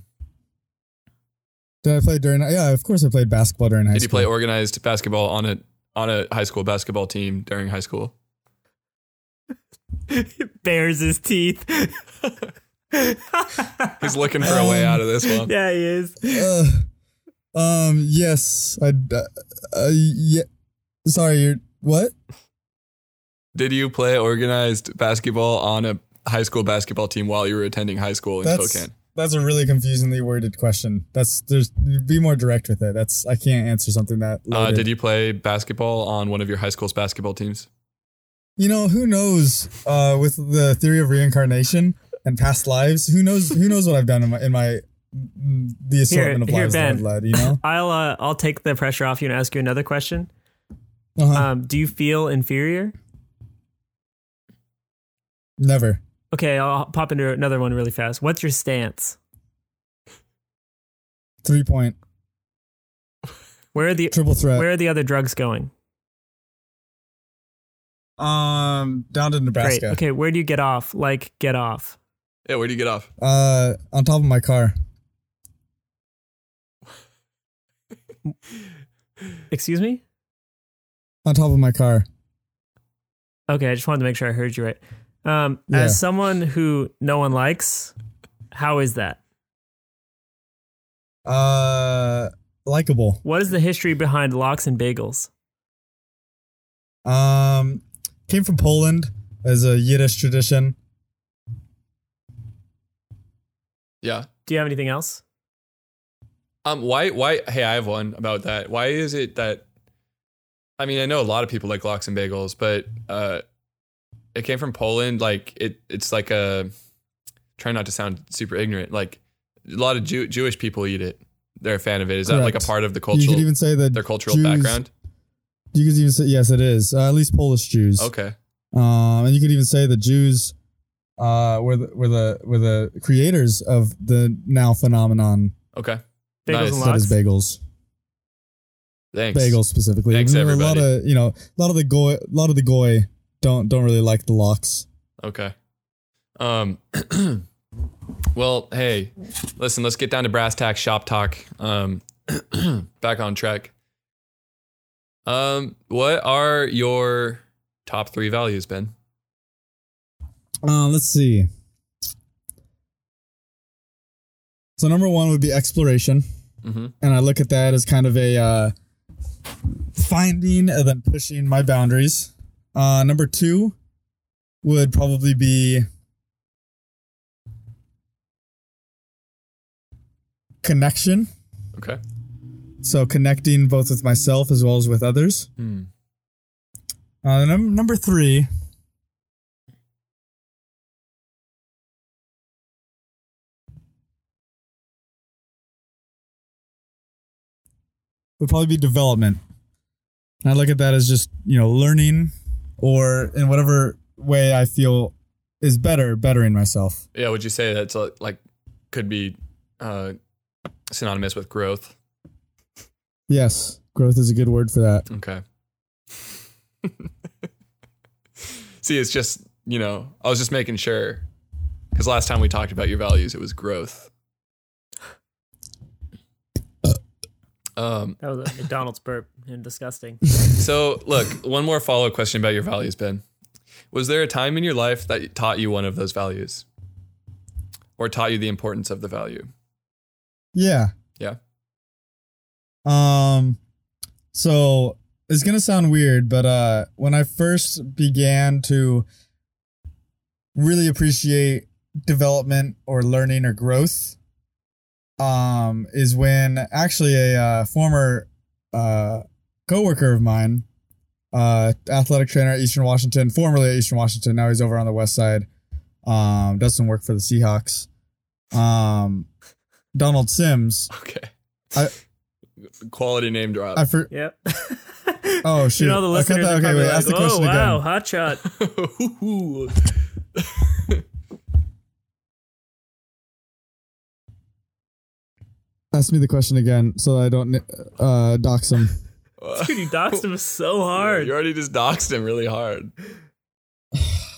I play during? Yeah, of course I played basketball during high
Did you
school.
play organized basketball on a on a high school basketball team during high school?
Bares his teeth. yeah,
He's looking for a way out of this one.
he is.
Uh, um, yes, I. Uh, uh, yeah. Sorry, you're what?
Did you play organized basketball on a high school basketball team while you were attending high school in
That's
Spokane?
that's a really confusingly worded question. That's there's be more direct with it. That's I can't answer something that.
Uh,
loaded.
did you play basketball on one of your high school's basketball teams?
You know, who knows uh, with the theory of reincarnation and past lives, who knows who knows what I've done in my in my the assortment of
here,
lives that I've
Ben.
led, you know?
I'll uh, I'll take the pressure off you and ask you another question.
Uh-huh.
Um, do you feel inferior?
Never.
Okay, I'll pop into another one really fast. What's your stance?
Three point.
Where are the
Triple threat.
where are the other drugs going?
um down to Nebraska.
Great. Okay, where do you get off? Like get off.
Yeah, where do you get off?
Uh on top of my car.
Excuse me?
On top of my car.
Okay, I just wanted to make sure I heard you right. Um,
Yeah.
As someone who no one likes, how is that?
Uh likable.
What is the history behind locks and bagels?
Um came from Poland as a Yiddish tradition.
Yeah.
Do you have anything else?
Um. Why? Why? Hey, I have one about that. Why is it that? I mean, I know a lot of people like locks and bagels, but uh, it came from Poland. Like it, it's like a. Try not to sound super ignorant. Like a lot of Jew, Jewish people eat it. They're a fan of it. Is that like a
Correct.
part of the
you
cultural
could even say that
their cultural
Jews-
background?
You could even say yes, it is. Uh, at least Polish Jews.
Okay.
Um, and you could even say the Jews uh, were the, were the were the creators of the now phenomenon
Okay.
Bagels
Nice.
and
that
lox.
is bagels,
Thanks.
bagels specifically.
Thanks,
a lot
everybody.
of you know, a lot of the goy, a lot of the goy don't don't really like the locks.
Okay. Um. well, hey, listen. Let's get down to brass tack shop talk. Um, back on track. Um, what are your top three values, Ben?
Uh, let's see. So number one would be exploration,
Mm-hmm.
and I look at that as kind of a uh, finding and then pushing my boundaries. Uh, number two would probably be connection.
Okay.
So connecting both with myself as well as with others.
Hmm.
Uh, num- number three. would probably be development. And I look at that as just, you know, learning or in whatever way I feel is better, bettering myself.
Yeah, would you say that's uh, like could be uh, synonymous with growth?
Yes, growth is a good word for that.
Okay. See, it's just you know, I was just making sure because last time we talked about your values, it was growth. Um.
That was a McDonald's burp and disgusting.
So, look, one more follow up question about your values, Ben. Was there a time in your life that taught you one of those values, or taught you the importance of the value?
Yeah.
Yeah.
Um so it's going to sound weird, but uh when I first began to really appreciate development or learning or growth um is when actually a uh, former uh coworker of mine uh athletic trainer at Eastern Washington, formerly at Eastern Washington, now he's over on the west side. Um does some work for the Seahawks. Um Donald Sims
Okay.
I-
Quality name drop.
I for,
Yep.
Oh, shoot.
You know the
I cut
listeners
that-
are
okay,
probably
wait,
like,
ask the
"Oh
question again."
wow, hot shot."
Ooh.
ask me the question again so I don't uh, dox him.
Dude, you doxed him so hard.
Uh, You already just doxed him really hard.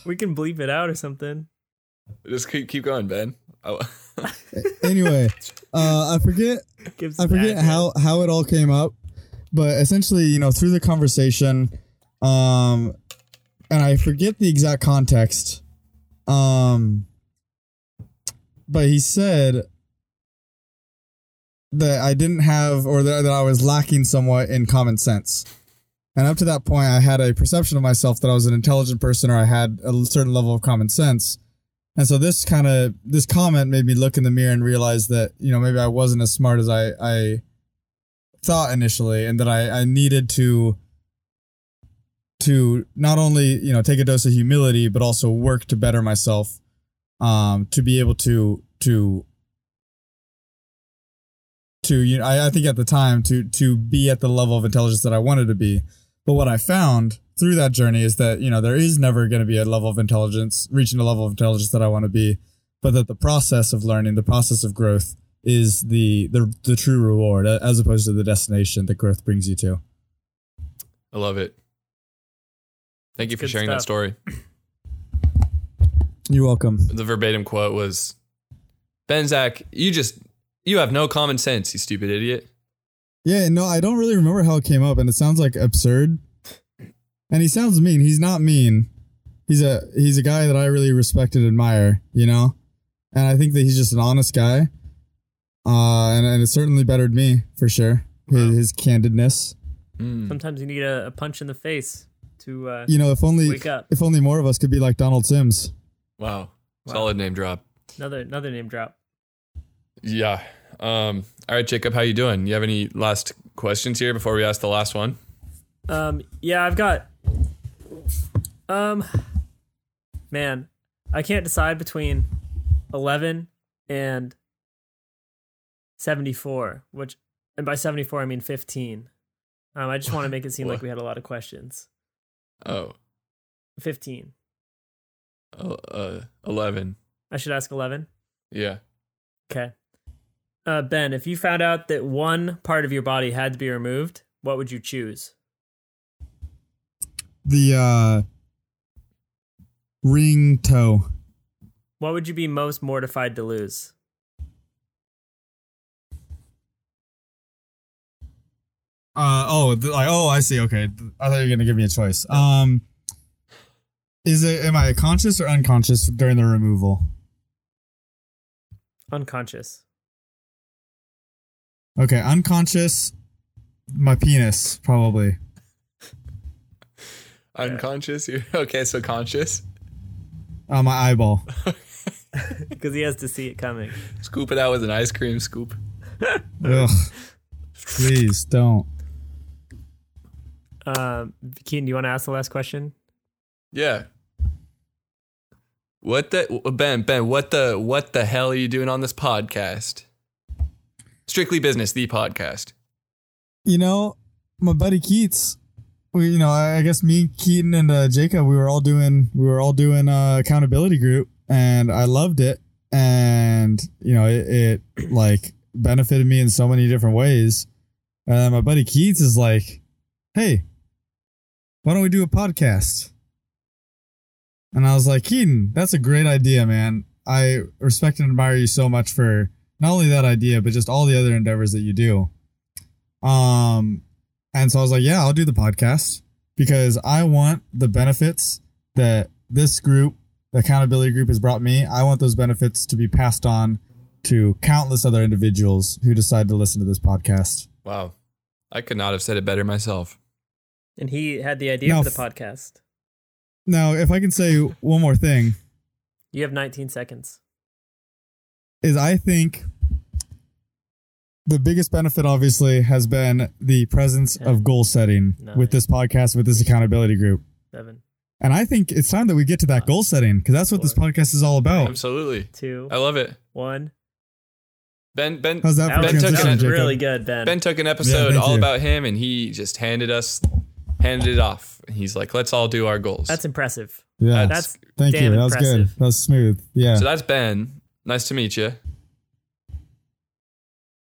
we can bleep it out or something.
Just keep keep going, Ben. Oh,
anyway, uh, I forget
Gives
I forget
that-
how how it all came up, but essentially, you know, through the conversation, um, and I forget the exact context, um, but he said that I didn't have, or that, that I was lacking somewhat in common sense. And up to that point, I had a perception of myself that I was an intelligent person, or I had a certain level of common sense. And so this kind of this comment made me look in the mirror and realize that you know maybe I wasn't as smart as I I thought initially, and that I I needed to to not only you know take a dose of humility but also work to better myself um to be able to to to you know, I, I think at the time to to be at the level of intelligence that I wanted to be but what I found through that journey is that, you know, there is never going to be a level of intelligence, reaching a level of intelligence that I want to be, but that the process of learning, the process of growth is the the, the true reward a- as opposed to the destination that growth brings you to.
I love it. Thank you for
Good
sharing that
stuff.
story.
You're welcome.
The verbatim quote was Ben Zach, you just you have no common sense, you stupid idiot.
Yeah, no, I don't really remember how it came up and it sounds like absurd. And he sounds mean. He's not mean. He's a he's a guy that I really respect and admire, you know? And I think that he's just an honest guy. Uh and, and it certainly bettered me for sure. His, his candidness.
Mm.
Sometimes you need a, a punch in the face to uh,
You know, if only
Wake up.
if only more of us could be like Donald Sims.
Wow. Solid name drop.
another another name drop.
Yeah. Um, all right, Jacob, how you doing? You have any last questions here before we ask the last one?
Um, yeah, I've got. Um, man, I can't decide between eleven and seventy-four. Which, and by seventy-four, I mean fifteen. Um, I just want to make it seem like we had a lot of questions.
Oh,
Fifteen.
uh, uh, 11.
I should ask eleven.
Yeah.
Okay. Uh, ben, if you found out that one part of your body had to be removed, what would you choose?
The uh ring toe.
What would you be most mortified to lose?
Uh oh, th- like oh, I see. Okay, Th- I thought you were gonna give me a choice. Um, is it am I conscious or unconscious during the removal?
Unconscious.
Okay, unconscious. My penis, probably.
Unconscious? You're, okay, so conscious.
Uh, my eyeball.
Because he has to see it coming.
Scoop it out with an ice cream scoop.
Ugh. Please don't.
Um, Keaton, do you want to ask the last question?
Yeah. What the Ben Ben what the what the hell are you doing on this podcast? Strictly business, the podcast.
you know, my buddy Keats, we, you know, I, I guess me, Keaton, and uh, Jacob, we were all doing, we were all doing uh, accountability group, and I loved it, and you know, it, it like benefited me in so many different ways. And then my buddy Keats is like, "Hey, why don't we do a podcast?" And I was like, "Keaton, that's a great idea, man. I respect and admire you so much for not only that idea, but just all the other endeavors that you do." Um, and so I was like, yeah, I'll do the podcast because I want the benefits that this group, the accountability group, has brought me. I want those benefits to be passed on to countless other individuals who decide to listen to this podcast.
Wow. I could not have said it better myself.
And he had the idea
No,
for the
f-
podcast.
Now, if I can say one more thing,
You have 19 seconds.
is I think the biggest benefit obviously has been the presence of goal setting with this podcast, with this accountability group.
Seven,
And I think it's time that we get to that goal setting because that's what this podcast is all about.
Absolutely.
two,
I love it.
one.
Ben Ben
How's that
That
for
Ben
was,
took
that
transition,
an,
was
Jacob?
really good, Ben.
Ben took an episode
thank
all
you.
about him and he just handed us handed it off. He's like, let's all do our goals.
That's impressive.
Yeah.
That's
Thank
damn
you. That
impressive.
was good. That was smooth. Yeah.
so that's Ben. Nice to meet you.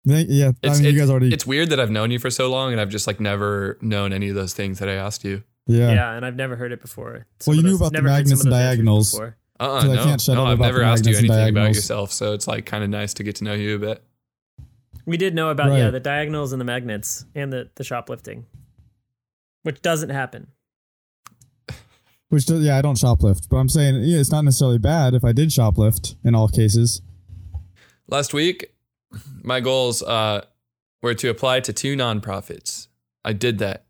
Thank- yeah. I
It's,
mean,
it's-
you guys already.
it's weird that I've known you for so long and I've just like never known any of those things that I asked you.
yeah.
Yeah. and I've never heard it before.
Well, you
of
knew about the
never heard
Magnus and
some of those answers
diagonals.
before.
Uh-uh,
'Cause I
no,
can't shut
no,
up
I've
about
never
the
asked you
magnets and
anything about
diagonals.
yourself, so it's like kind of nice to get to know you a bit.
We did know about yeah
Right.
the diagonals and the magnets and the, the shoplifting, which doesn't happen.
Which does, yeah, I don't shoplift, but I'm saying yeah, it's not necessarily bad if I did shoplift in all cases.
Last week, my goals uh, were to apply to two nonprofits. I did that.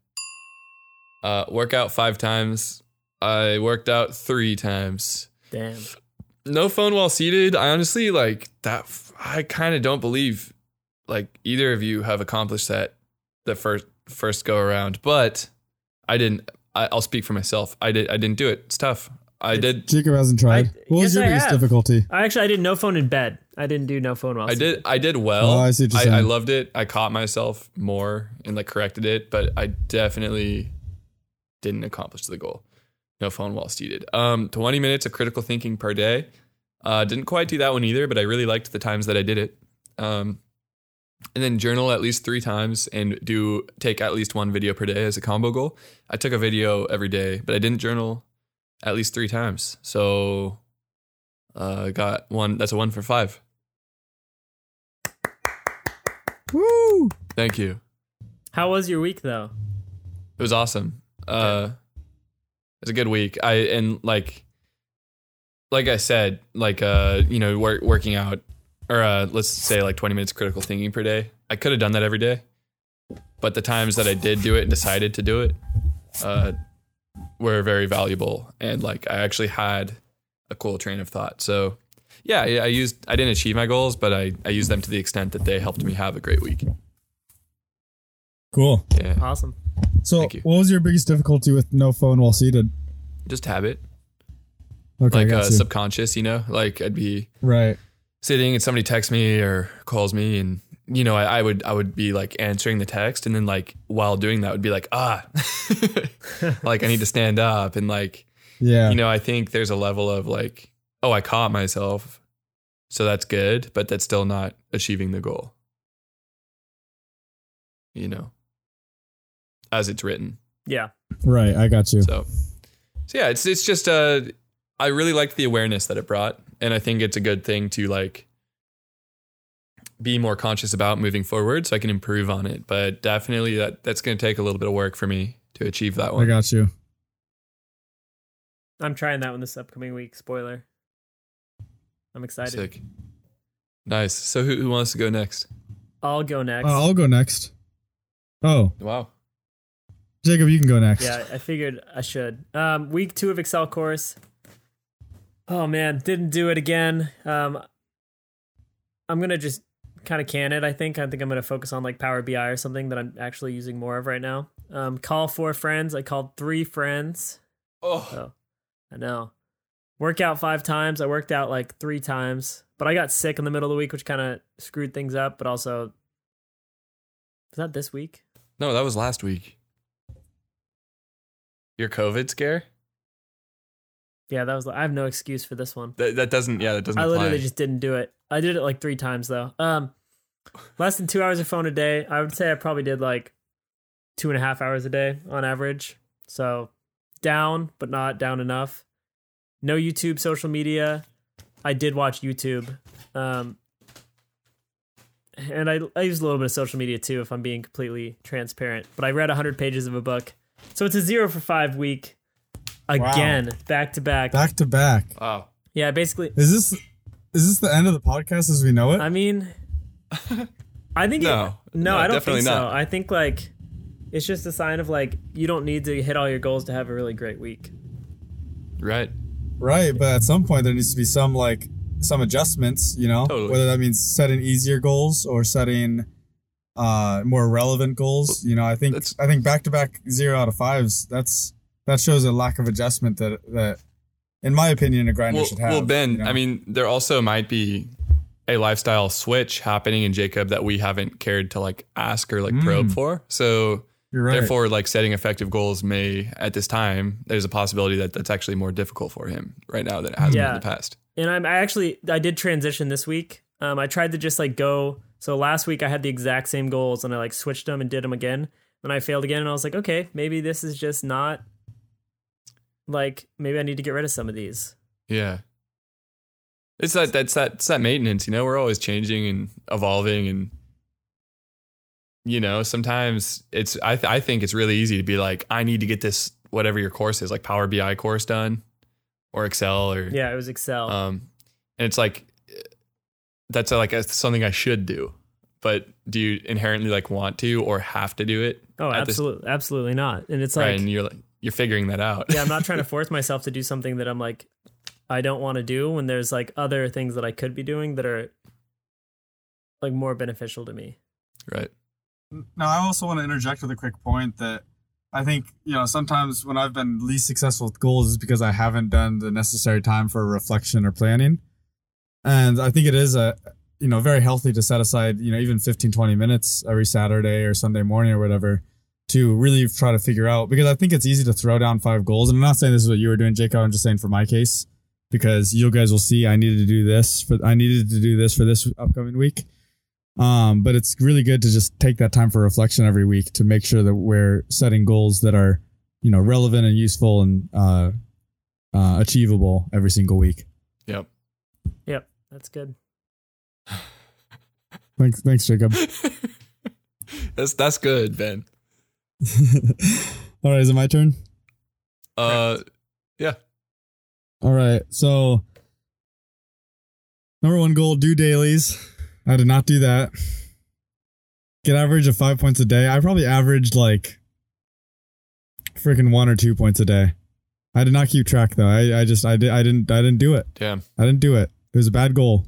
Uh, work out five times. I worked out three times.
Damn.
No phone while seated. I honestly like that. I kind of don't believe like either of you have accomplished that the first first go around. But I didn't. I, I'll speak for myself. I did. I didn't do it. It's tough. I did.
Jacob hasn't tried.
I-
what was
yes,
your
I
biggest
have.
difficulty?
I actually I did no phone in bed. I didn't do no phone while
I
sleeping.
did. I did well.
Oh, I see what you're
I,
saying.
loved it. I caught myself more and like corrected it, but I definitely didn't accomplish the goal. No phone while seated. Um, 20 minutes of critical thinking per day. Uh, didn't quite do that one either, but I really liked the times that I did it. Um, and then journal at least three times and do take at least one video per day as a combo goal. I took a video every day, but I didn't journal at least three times. So uh, got one. That's a one for five.
Woo!
Thank you.
How was your week though?
It was awesome. Uh, it was a good week. I and like, like I said, like uh, you know, work, working out or uh, let's say like twenty minutes critical thinking per day. I could have done that every day, but the times that I did do it and decided to do it, uh, were very valuable. And like, I actually had a cool train of thought. So, yeah, I I used. I didn't achieve my goals, but I I used them to the extent that they helped me have a great week.
Cool.
Yeah,
Awesome.
So,
Thank you.
what was your biggest difficulty with no phone while seated?
just habit.
Okay,
like
got
uh,
you.
subconscious, you know, like I'd be
right.
sitting and somebody texts me or calls me and you know, I, I would I would be like answering the text and then like while doing that would be like, ah like I need to stand up and like
Yeah.
you know, I think there's a level of like, oh, I caught myself. So that's good, but that's still not achieving the goal. You know. As it's written.
Yeah.
right. I got you.
So, so yeah, it's it's just uh, I really liked the awareness that it brought, and I think it's a good thing to like be more conscious about moving forward, so I can improve on it. But definitely that that's going to take a little bit of work for me to achieve that
I
one.
got you.
I'm trying that one this upcoming week. Spoiler. I'm excited.
Sick, nice. So who who wants to go next?
I'll go next.
Uh, I'll go next. Oh,
Wow,
Jacob, you can go next.
Yeah, I figured I should. Um, week two of Excel course. Oh man, didn't do it again. Um, I'm gonna just kind of can it. I think. I think I'm gonna focus on like Power BI or something that I'm actually using more of right now. Um, call four friends. I called three friends. Uh,
oh,
I know. Work out five times. I worked out like three times, but I got sick in the middle of the week, which kind of screwed things up. But also, was that this week?
No, that was last week. Your COVID scare?
Yeah, that was. I have no excuse for this one.
That, that doesn't. Yeah, that doesn't.
I
apply.
literally just didn't do it. I did it like three times though. Um, less than two hours of phone a day. I would say I probably did like two and a half hours a day on average. So down, but not down enough. No YouTube, social media. I did watch YouTube, um, and I I used a little bit of social media too, if I'm being completely transparent. But I read 100 pages of a book, so it's a zero for five week. Again, back to back.
Back to back.
Wow.
Yeah, basically
Is this is this the end of the podcast as we know it?
I mean, I think it-
No.
no,
No,
I don't
definitely
think so.
not.
I think like it's just a sign of like you don't need to hit all your goals to have a really great week.
Right.
right, but at some point there needs to be some like some adjustments, you know?
Totally.
Whether that means setting easier goals or setting uh more relevant goals, you know, I think
That's-
I think back to back 0 out of 5s, that's that shows a lack of adjustment that that in my opinion a grinder
Well,
should have.
well, Ben,
you know?
I mean, there also might be a lifestyle switch happening in Jacob that we haven't cared to like ask or like probe for. So
you're Hmm. right.
therefore, like setting effective goals may at this time, there's a possibility that that's actually more difficult for him right now than it has been
Yeah.
in the past.
And I'm I actually I did transition this week. Um, I tried to just like go. So last week I had the exact same goals and I like switched them and did them again. Then I failed again and I was like, okay, maybe this is just not like maybe I need to get rid of some of these.
Yeah. It's that that's that it's that maintenance, you know, we're always changing and evolving and you know, sometimes it's I th- I think it's really easy to be like I need to get this whatever your course is, like Power BI course done or Excel or
Yeah, it was Excel.
um and it's like that's like a, something I should do. But do you inherently like want to or have to do it?
oh,
at this-
absolutely, absolutely not. And it's like
right, and you're like you're figuring that out.
yeah, I'm not trying to force myself to do something that I'm like I don't want to do when there's like other things that I could be doing that are like more beneficial to me.
right.
Now, I also want to interject with a quick point that I think, you know, sometimes when I've been least successful with goals is because I haven't done the necessary time for reflection or planning. And I think it is a, you know, very healthy to set aside, you know, even 15, 20 minutes every Saturday or Sunday morning or whatever to really try to figure out because I think it's easy to throw down five goals. And I'm not saying this is what you were doing, Jacob. I'm just saying for my case, because you guys will see I needed to do this for I needed to do this for this upcoming week. Um, but it's really good to just take that time for reflection every week to make sure that we're setting goals that are, you know, relevant and useful and uh, uh, achievable every single week.
Yep.
Yep, that's good.
Thanks, thanks, Jacob.
That's that's good, Ben.
All right, is it my turn?
Uh,
All right, so number one goal: do dailies. I did not do that. Get average of five points a day. I probably averaged like freaking one or two points a day. I did not keep track though. I, I just I did I didn't I didn't do it.
damn.
I didn't do it. It was a bad goal.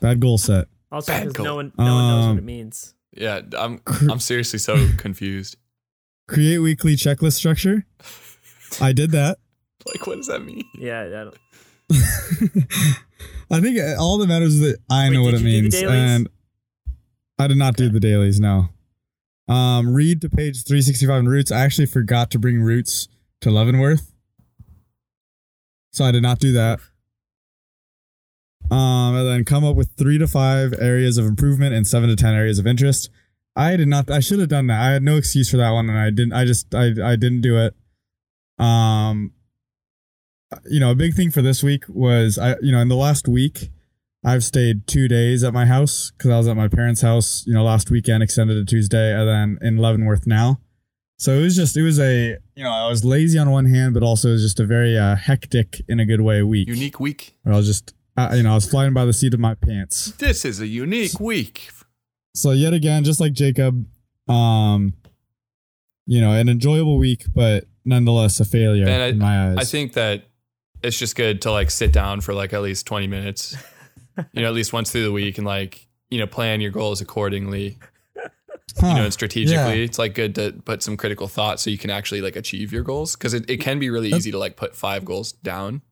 Bad goal set.
Also
Bad
because
goal.
no one no one knows what it
Um,
means.
Yeah, I'm I'm seriously so confused.
Create weekly checklist structure. I did that.
Like, what does that mean?
Yeah, I don't,
I think all that matters is that I
Wait,
know what
did
it
you do the
means.
dailies?
And I did not do the dailies, no. Um, read to page 365 in Roots. I actually forgot to bring Roots to Leavenworth. So I did not do that. Um, and then come up with three to five areas of improvement and seven to ten areas of interest. I did not. I should have done that. I had no excuse for that one, and I didn't. I just. I. I didn't do it. Um, you know, a big thing for this week was I. You know, in the last week, I've stayed two days at my house because I was at my parents' house. You know, last weekend extended to Tuesday, and then in Leavenworth now. So it was just. It was a. You know, I was lazy on one hand, but also it was just a very uh, hectic, in a good way, week
Unique week.
or I was just, I, you know, I was flying by the seat of my pants.
This is a unique week.
So yet again, just like Jacob, um, you know, an enjoyable week, but nonetheless a failure
Ben, I-
in my eyes.
I think that it's just good to like sit down for like at least 20 minutes. You know, at least once through the week and like, you know, plan your goals accordingly,
Huh.
you know, and strategically. It's like good to put some critical thought so you can actually like achieve your goals because it, it can be really
That's-
easy to like put five goals down.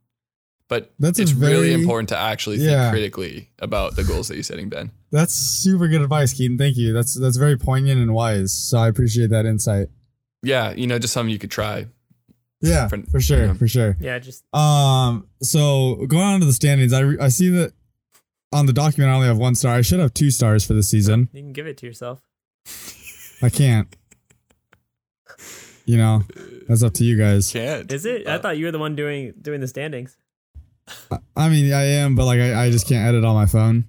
But
That's a
it's really
very-
important to actually
Yeah.
think critically about the goals that you're setting, Ben.
That's super good advice, Keaton. Thank you. That's that's very poignant and wise. So I appreciate that insight.
Yeah, you know, just something you could try.
Yeah,
For-
for sure,
yeah.
for sure.
Yeah, just
Um, so going on to the standings, I re- I see that on the document I only have one star. I should have two stars for the season.
you can give it to yourself.
I can't. You know, that's up to you guys.
Can't.
Is it?
uh,
I thought you were the one doing doing the standings.
I mean, I am, but like I, I just can't edit on my phone.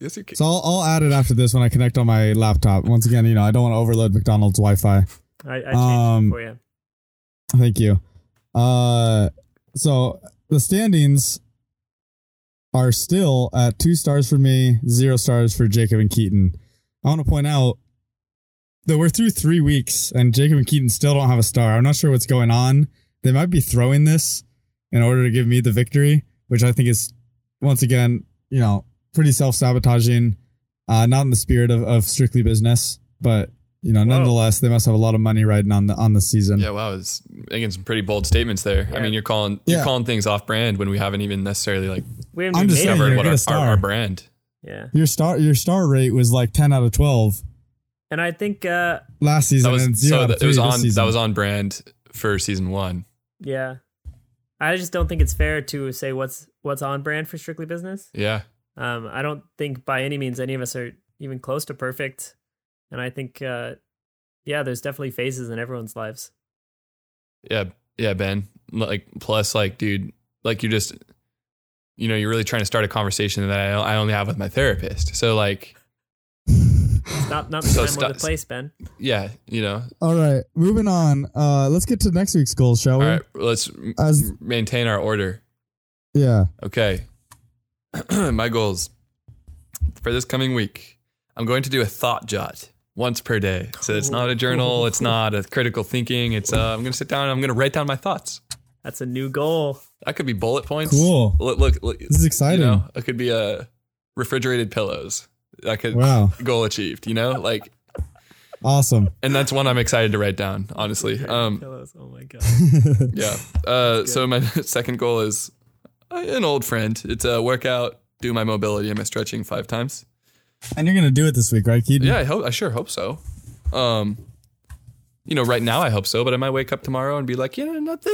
Yes, you can.
So I'll, I'll add it after this when I connect on my laptop. Once again, you know, I don't want to overload McDonald's Wi-Fi.
I, I changed
Um,
it for you.
Thank you. Uh, so the standings are still at two stars for me, zero stars for Jacob and Keaton. I want to point out that we're through three weeks and Jacob and Keaton still don't have a star. I'm not sure what's going on. They might be throwing this in order to give me the victory, which I think is once again, you know, pretty self sabotaging. Uh, not in the spirit of, of strictly business, but you know, nonetheless, they must have a lot of money riding on the on the season.
Yeah, wow, it's making some pretty bold statements there. I
Yeah.
mean, you're calling you're
Yeah.
calling things off brand when we haven't even necessarily like
We haven't
I'm
even
just
made
saying,
covered
you're
what
gonna
our, our,
start.
our brand.
it. Yeah,
Your star your star rate was like ten out of twelve
and I think uh,
last season
That was
and zero
so
out
that,
of
it was
three this
on
season.
that was on brand for season one.
yeah, I just don't think it's fair to say what's what's on brand for Strictly Business.
Yeah,
Um, I don't think by any means any of us are even close to perfect, and I think uh, yeah, there's definitely phases in everyone's lives.
yeah, yeah, Ben. Like plus, like, dude, like you just, you know, you're really trying to start a conversation that I, I only have with my therapist. So like,
It's not not the
So
time or
stu-
the place, Ben.
yeah, you know,
All right, moving on. Uh, let's get to next week's goals, shall we?
all right, let's m-
As
maintain our order.
yeah,
Okay. My goals for this coming week. I'm going to do a thought jot once per day. So it's not a journal, it's not a critical thinking. It's uh, I'm going to sit down and I'm going to write down my thoughts.
That's a new goal.
That could be bullet points.
Cool.
Look, look, look
this is exciting.
you know, it could be uh, refrigerated pillows. That could
Wow,
goal achieved, you know? Like
awesome.
and that's one I'm excited to write down, honestly. Um
Pillows. Oh my god.
Yeah. Uh, so my second goal is uh, an old friend. It's a workout, do my mobility and my stretching five times.
And you're gonna do it this week, right, Keaton?
Yeah, I hope. I sure hope so. Um, you know, right now I hope so, but I might wake up tomorrow and be like, you know, not that.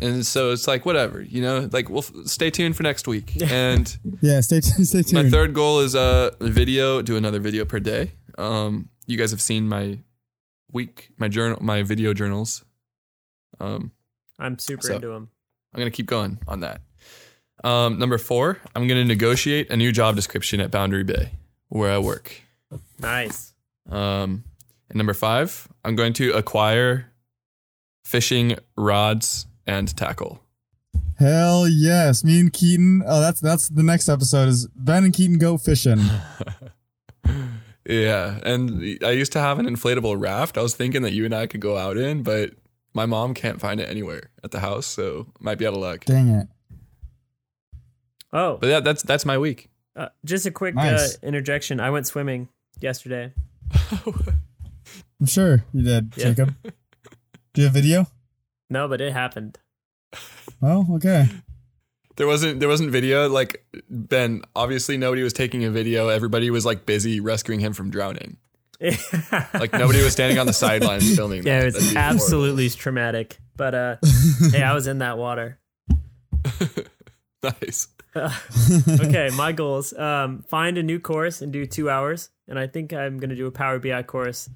And so it's like whatever, you know. Like we'll f- stay tuned for next week. And
Yeah. Stay tuned. Stay tuned.
my third goal is uh video. Do another video per day. Um, you guys have seen my week, my journal, my video journals. Um,
I'm super
So-
into him.
I'm gonna keep going on that. Um, number four, I'm gonna negotiate a new job description at Boundary Bay, where I work.
Nice.
Um, and number five, I'm going to acquire fishing rods and tackle.
Hell yes, me and Keaton. Oh, that's that's the next episode is Ben and Keaton go fishing.
Yeah, and I used to have an inflatable raft. I was thinking that you and I could go out in, but my mom can't find it anywhere at the house, so might be out of luck.
Dang it.
Oh,
But yeah, that's that's my week.
uh, just a quick
Nice.
uh, interjection. I went swimming yesterday.
I'm sure you did,
Yeah.
Jacob. Do you have video?
No, but it happened.
Oh, okay.
There wasn't there wasn't video like Ben. Obviously, nobody was taking a video. Everybody was like busy rescuing him from drowning. Like nobody was standing on the sidelines filming.
yeah,
that.
it
That'd
was
be horrible.
absolutely traumatic. But uh, hey, I was in that water.
nice.
Okay, my goals: um, find a new course and do two hours. And I think I'm going to do a Power BI course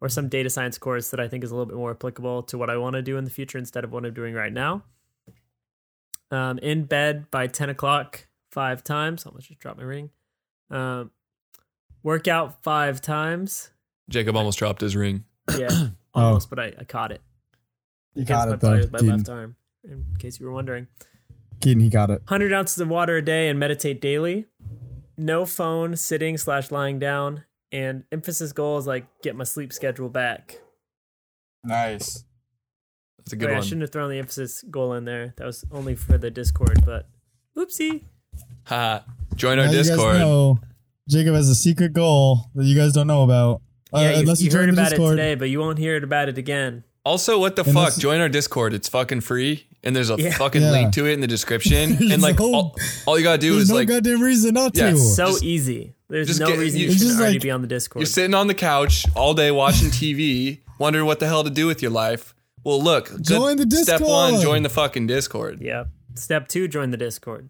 or some data science course that I think is a little bit more applicable to what I want to do in the future instead of what I'm doing right now. Um, in bed by 10 o'clock five times. Almost just dropped my ring. Um, workout five times.
Jacob almost dropped his ring.
Yeah, almost, but I, I caught it.
Oh. You
Against
got
my
it though,
body with my
Keaton.
left arm, in case you were wondering.
Keaton, he got it.
100 ounces of water a day and meditate daily. No phone, sitting slash lying down. And emphasis goal is like get my sleep schedule back.
Nice.
That's a good
Wait, Oh, I
one.
shouldn't have thrown the emphasis goal in there. That was only for the Discord, but oopsie.
Ha. Join our
Now You
Discord.
guys know Jacob has a secret goal that you guys don't know about. Uh,
yeah, you,
unless you,
you
join
heard
the
about
Discord.
it today, but you won't hear it about it again.
Also, what the
And
fuck?
this-
Join our Discord. It's fucking free. and there's a
Yeah.
fucking
Yeah.
link to it in the description, and like
No.
all, all you gotta do
There's
is
no
like
goddamn reason not
Yeah,
to.
so-
So
Just-
easy. There's
just
no
get-
reason you
it's
should
just
already
like-
be on the Discord.
you're sitting on the couch all day watching TV, wondering what the hell to do with your life. Well, look, good-
Join the
Step one,
Discord.
join the fucking Discord.
yeah. Step two, join the Discord.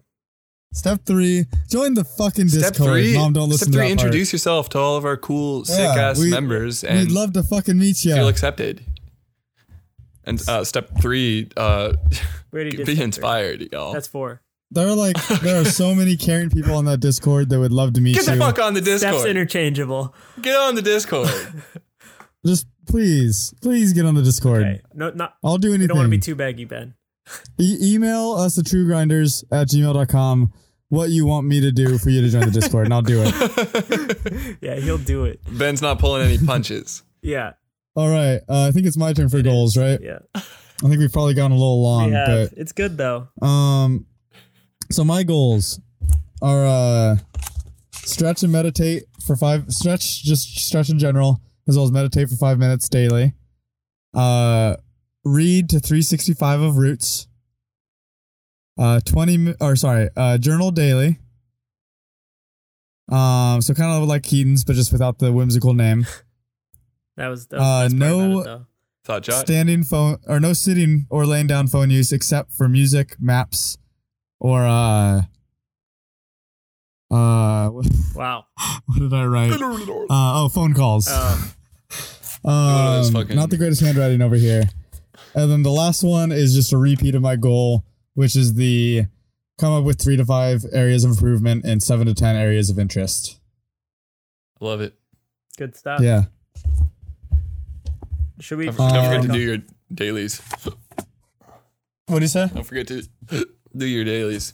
Step three, join the fucking
Step
Discord.
three,
Mom, don't listen
step three,
to that part.
introduce yourself to all of our cool, sick ass
we-
members, and
We'd love to fucking meet you.
feel accepted. And uh, step three, uh,
We already did step
be
three.
inspired, y'all.
That's four.
there are like there are so many caring people on that Discord that would love to meet
Get
you.
the fuck on the Discord.
Steps interchangeable.
Get on the Discord.
Just please, please get on the Discord.
Okay. No, not.
I'll do anything.
We don't want to be too baggy, Ben.
E- email us at truegrinders at gmail.com what you want me to do for you to join the Discord, and I'll do it.
Yeah, he'll do it.
Ben's not pulling any punches.
Yeah,
All right. Uh, I think it's my turn for goals, right?
yeah.
I think we've probably gone a little long,
yeah.
but
it's good though.
Um, so my goals are uh, stretch and meditate for five. Stretch, just stretch in general, as well as meditate for five minutes daily. Uh, read to 365 of roots. Uh, 20 mi- or sorry, uh, journal daily. Um, so kind of like Keaton's, but just without the whimsical name.
That was. That
Uh,
was the best part about
no-
it, though.
Thought Josh.
Standing phone or no sitting or laying down phone use except for music, maps, or uh, uh, what
Wow.
did I write? Uh, oh, phone calls.
Oh,
Um,
those fucking-
Not the greatest handwriting over here. And then the last one is just a repeat of my goal, which is the come up with three to five areas of improvement and seven to ten areas of interest.
Love it.
good stuff.
Yeah.
Should we?
Don't forget, don't forget to do your dailies.
What do you say?
Don't forget to do your dailies.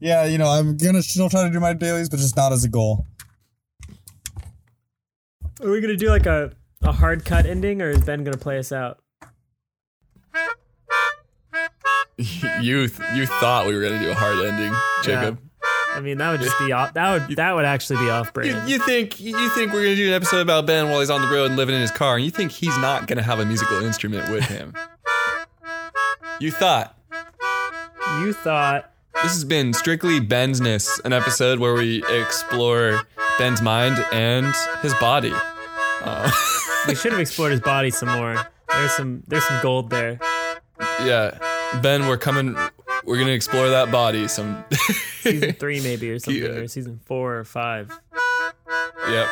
Yeah, you know, I'm gonna still try to do my dailies, but just not as a goal.
Are we gonna do like a a hard cut ending, or is Ben gonna play us out?
You th- you thought we were gonna do a hard ending, Jacob.
I mean, that would just be off. That would that would actually be off brand.
You, you think you think we're gonna do an episode about Ben while he's on the road and living in his car, and you think he's not gonna have a musical instrument with him? You thought
You thought
this has been strictly Ben'sness, an episode where we explore Ben's mind and his body.
we should have explored his body some more. There's some there's some gold there.
Yeah, Ben, we're coming. We're gonna explore that body some.
Season three maybe or something,
Yeah.
or season four or five.
Yep.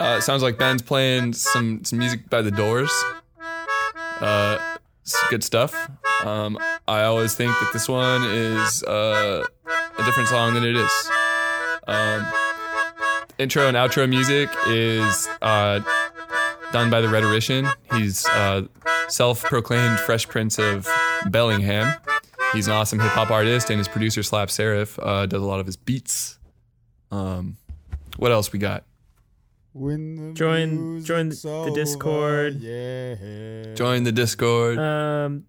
Uh, sounds like Ben's playing some, some music by the Doors. Uh, it's good stuff. Um, I always think that this one is uh, a different song than it is. Um, intro and outro music is uh, done by the rhetorician. He's uh, self-proclaimed Fresh Prince of Bellingham. He's an awesome hip hop artist, and his producer Slap Serif uh, does a lot of his beats. Um, what else we got?
When the
Join- join
music's
the Discord.
Yeah.
Join the Discord.
Um,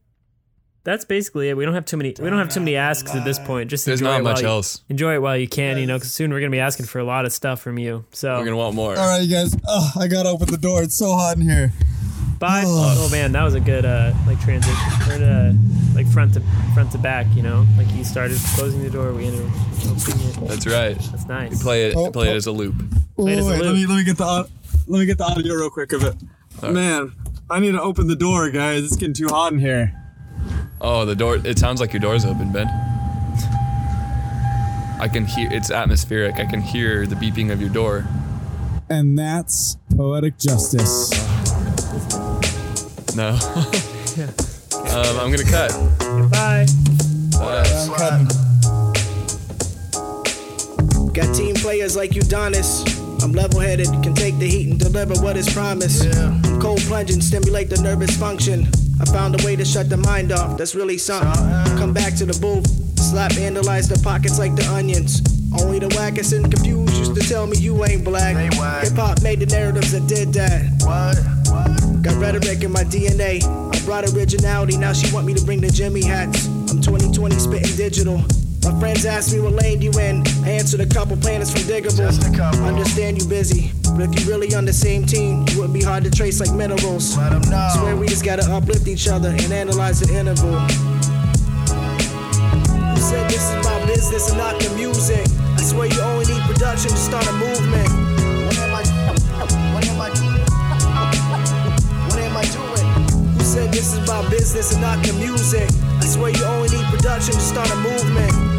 that's basically it. We don't have too many. We don't have too many asks at this point. Just
There's
enjoy
not
it while
much
you-
else.
Enjoy it while you can, you know, because soon we're gonna be asking for a lot of stuff from you. So
We're gonna want more.
All right, you guys. Oh, I gotta open the door. It's so hot in here.
bye.
Ugh.
Oh man, that was a good uh like transition, or, uh, like front to front to back. You know, like you started closing the door, we ended up opening it.
That's right.
That's nice.
Play it.
Oh,
play it
oh.
as a loop.
Wait,
it's a
wait, let
loop.
me let me get the au- let me get the audio real quick of it. Man, I need to open the door, guys. It's getting too hot in here.
Oh, the door. It sounds like your door's open, Ben. I can hear. It's atmospheric. I can hear the beeping of your door.
And that's poetic justice.
No. um, I'm gonna cut.
Bye.
I'm cutting.
Got team players like Udonis. I'm level headed, can take the heat and deliver what is promised. I'm cold plunging, stimulate the nervous function. I found a way to shut the mind off, that's really something. Come back to the booth, slap, analyze the pockets like the onions. Only the wackest and confused used to tell me you ain't black. Hip hop made the narratives that did that. Got rhetoric in my DNA. I brought originality, now she want me to bring the Jimmy hats. I'm 2020 spitting digital. My friends ask me what lane you in. I answered a couple planets from Diggable. Understand you busy, but if you really on the same team, you wouldn't be hard to trace like minerals. Swear we just gotta uplift each other and analyze the interval. Said this is my business and not the music. I swear you only need production to start a movement. What am I? What am I? What am I doing? Who said this is my business and not the music? I swear you only need production to start a movement.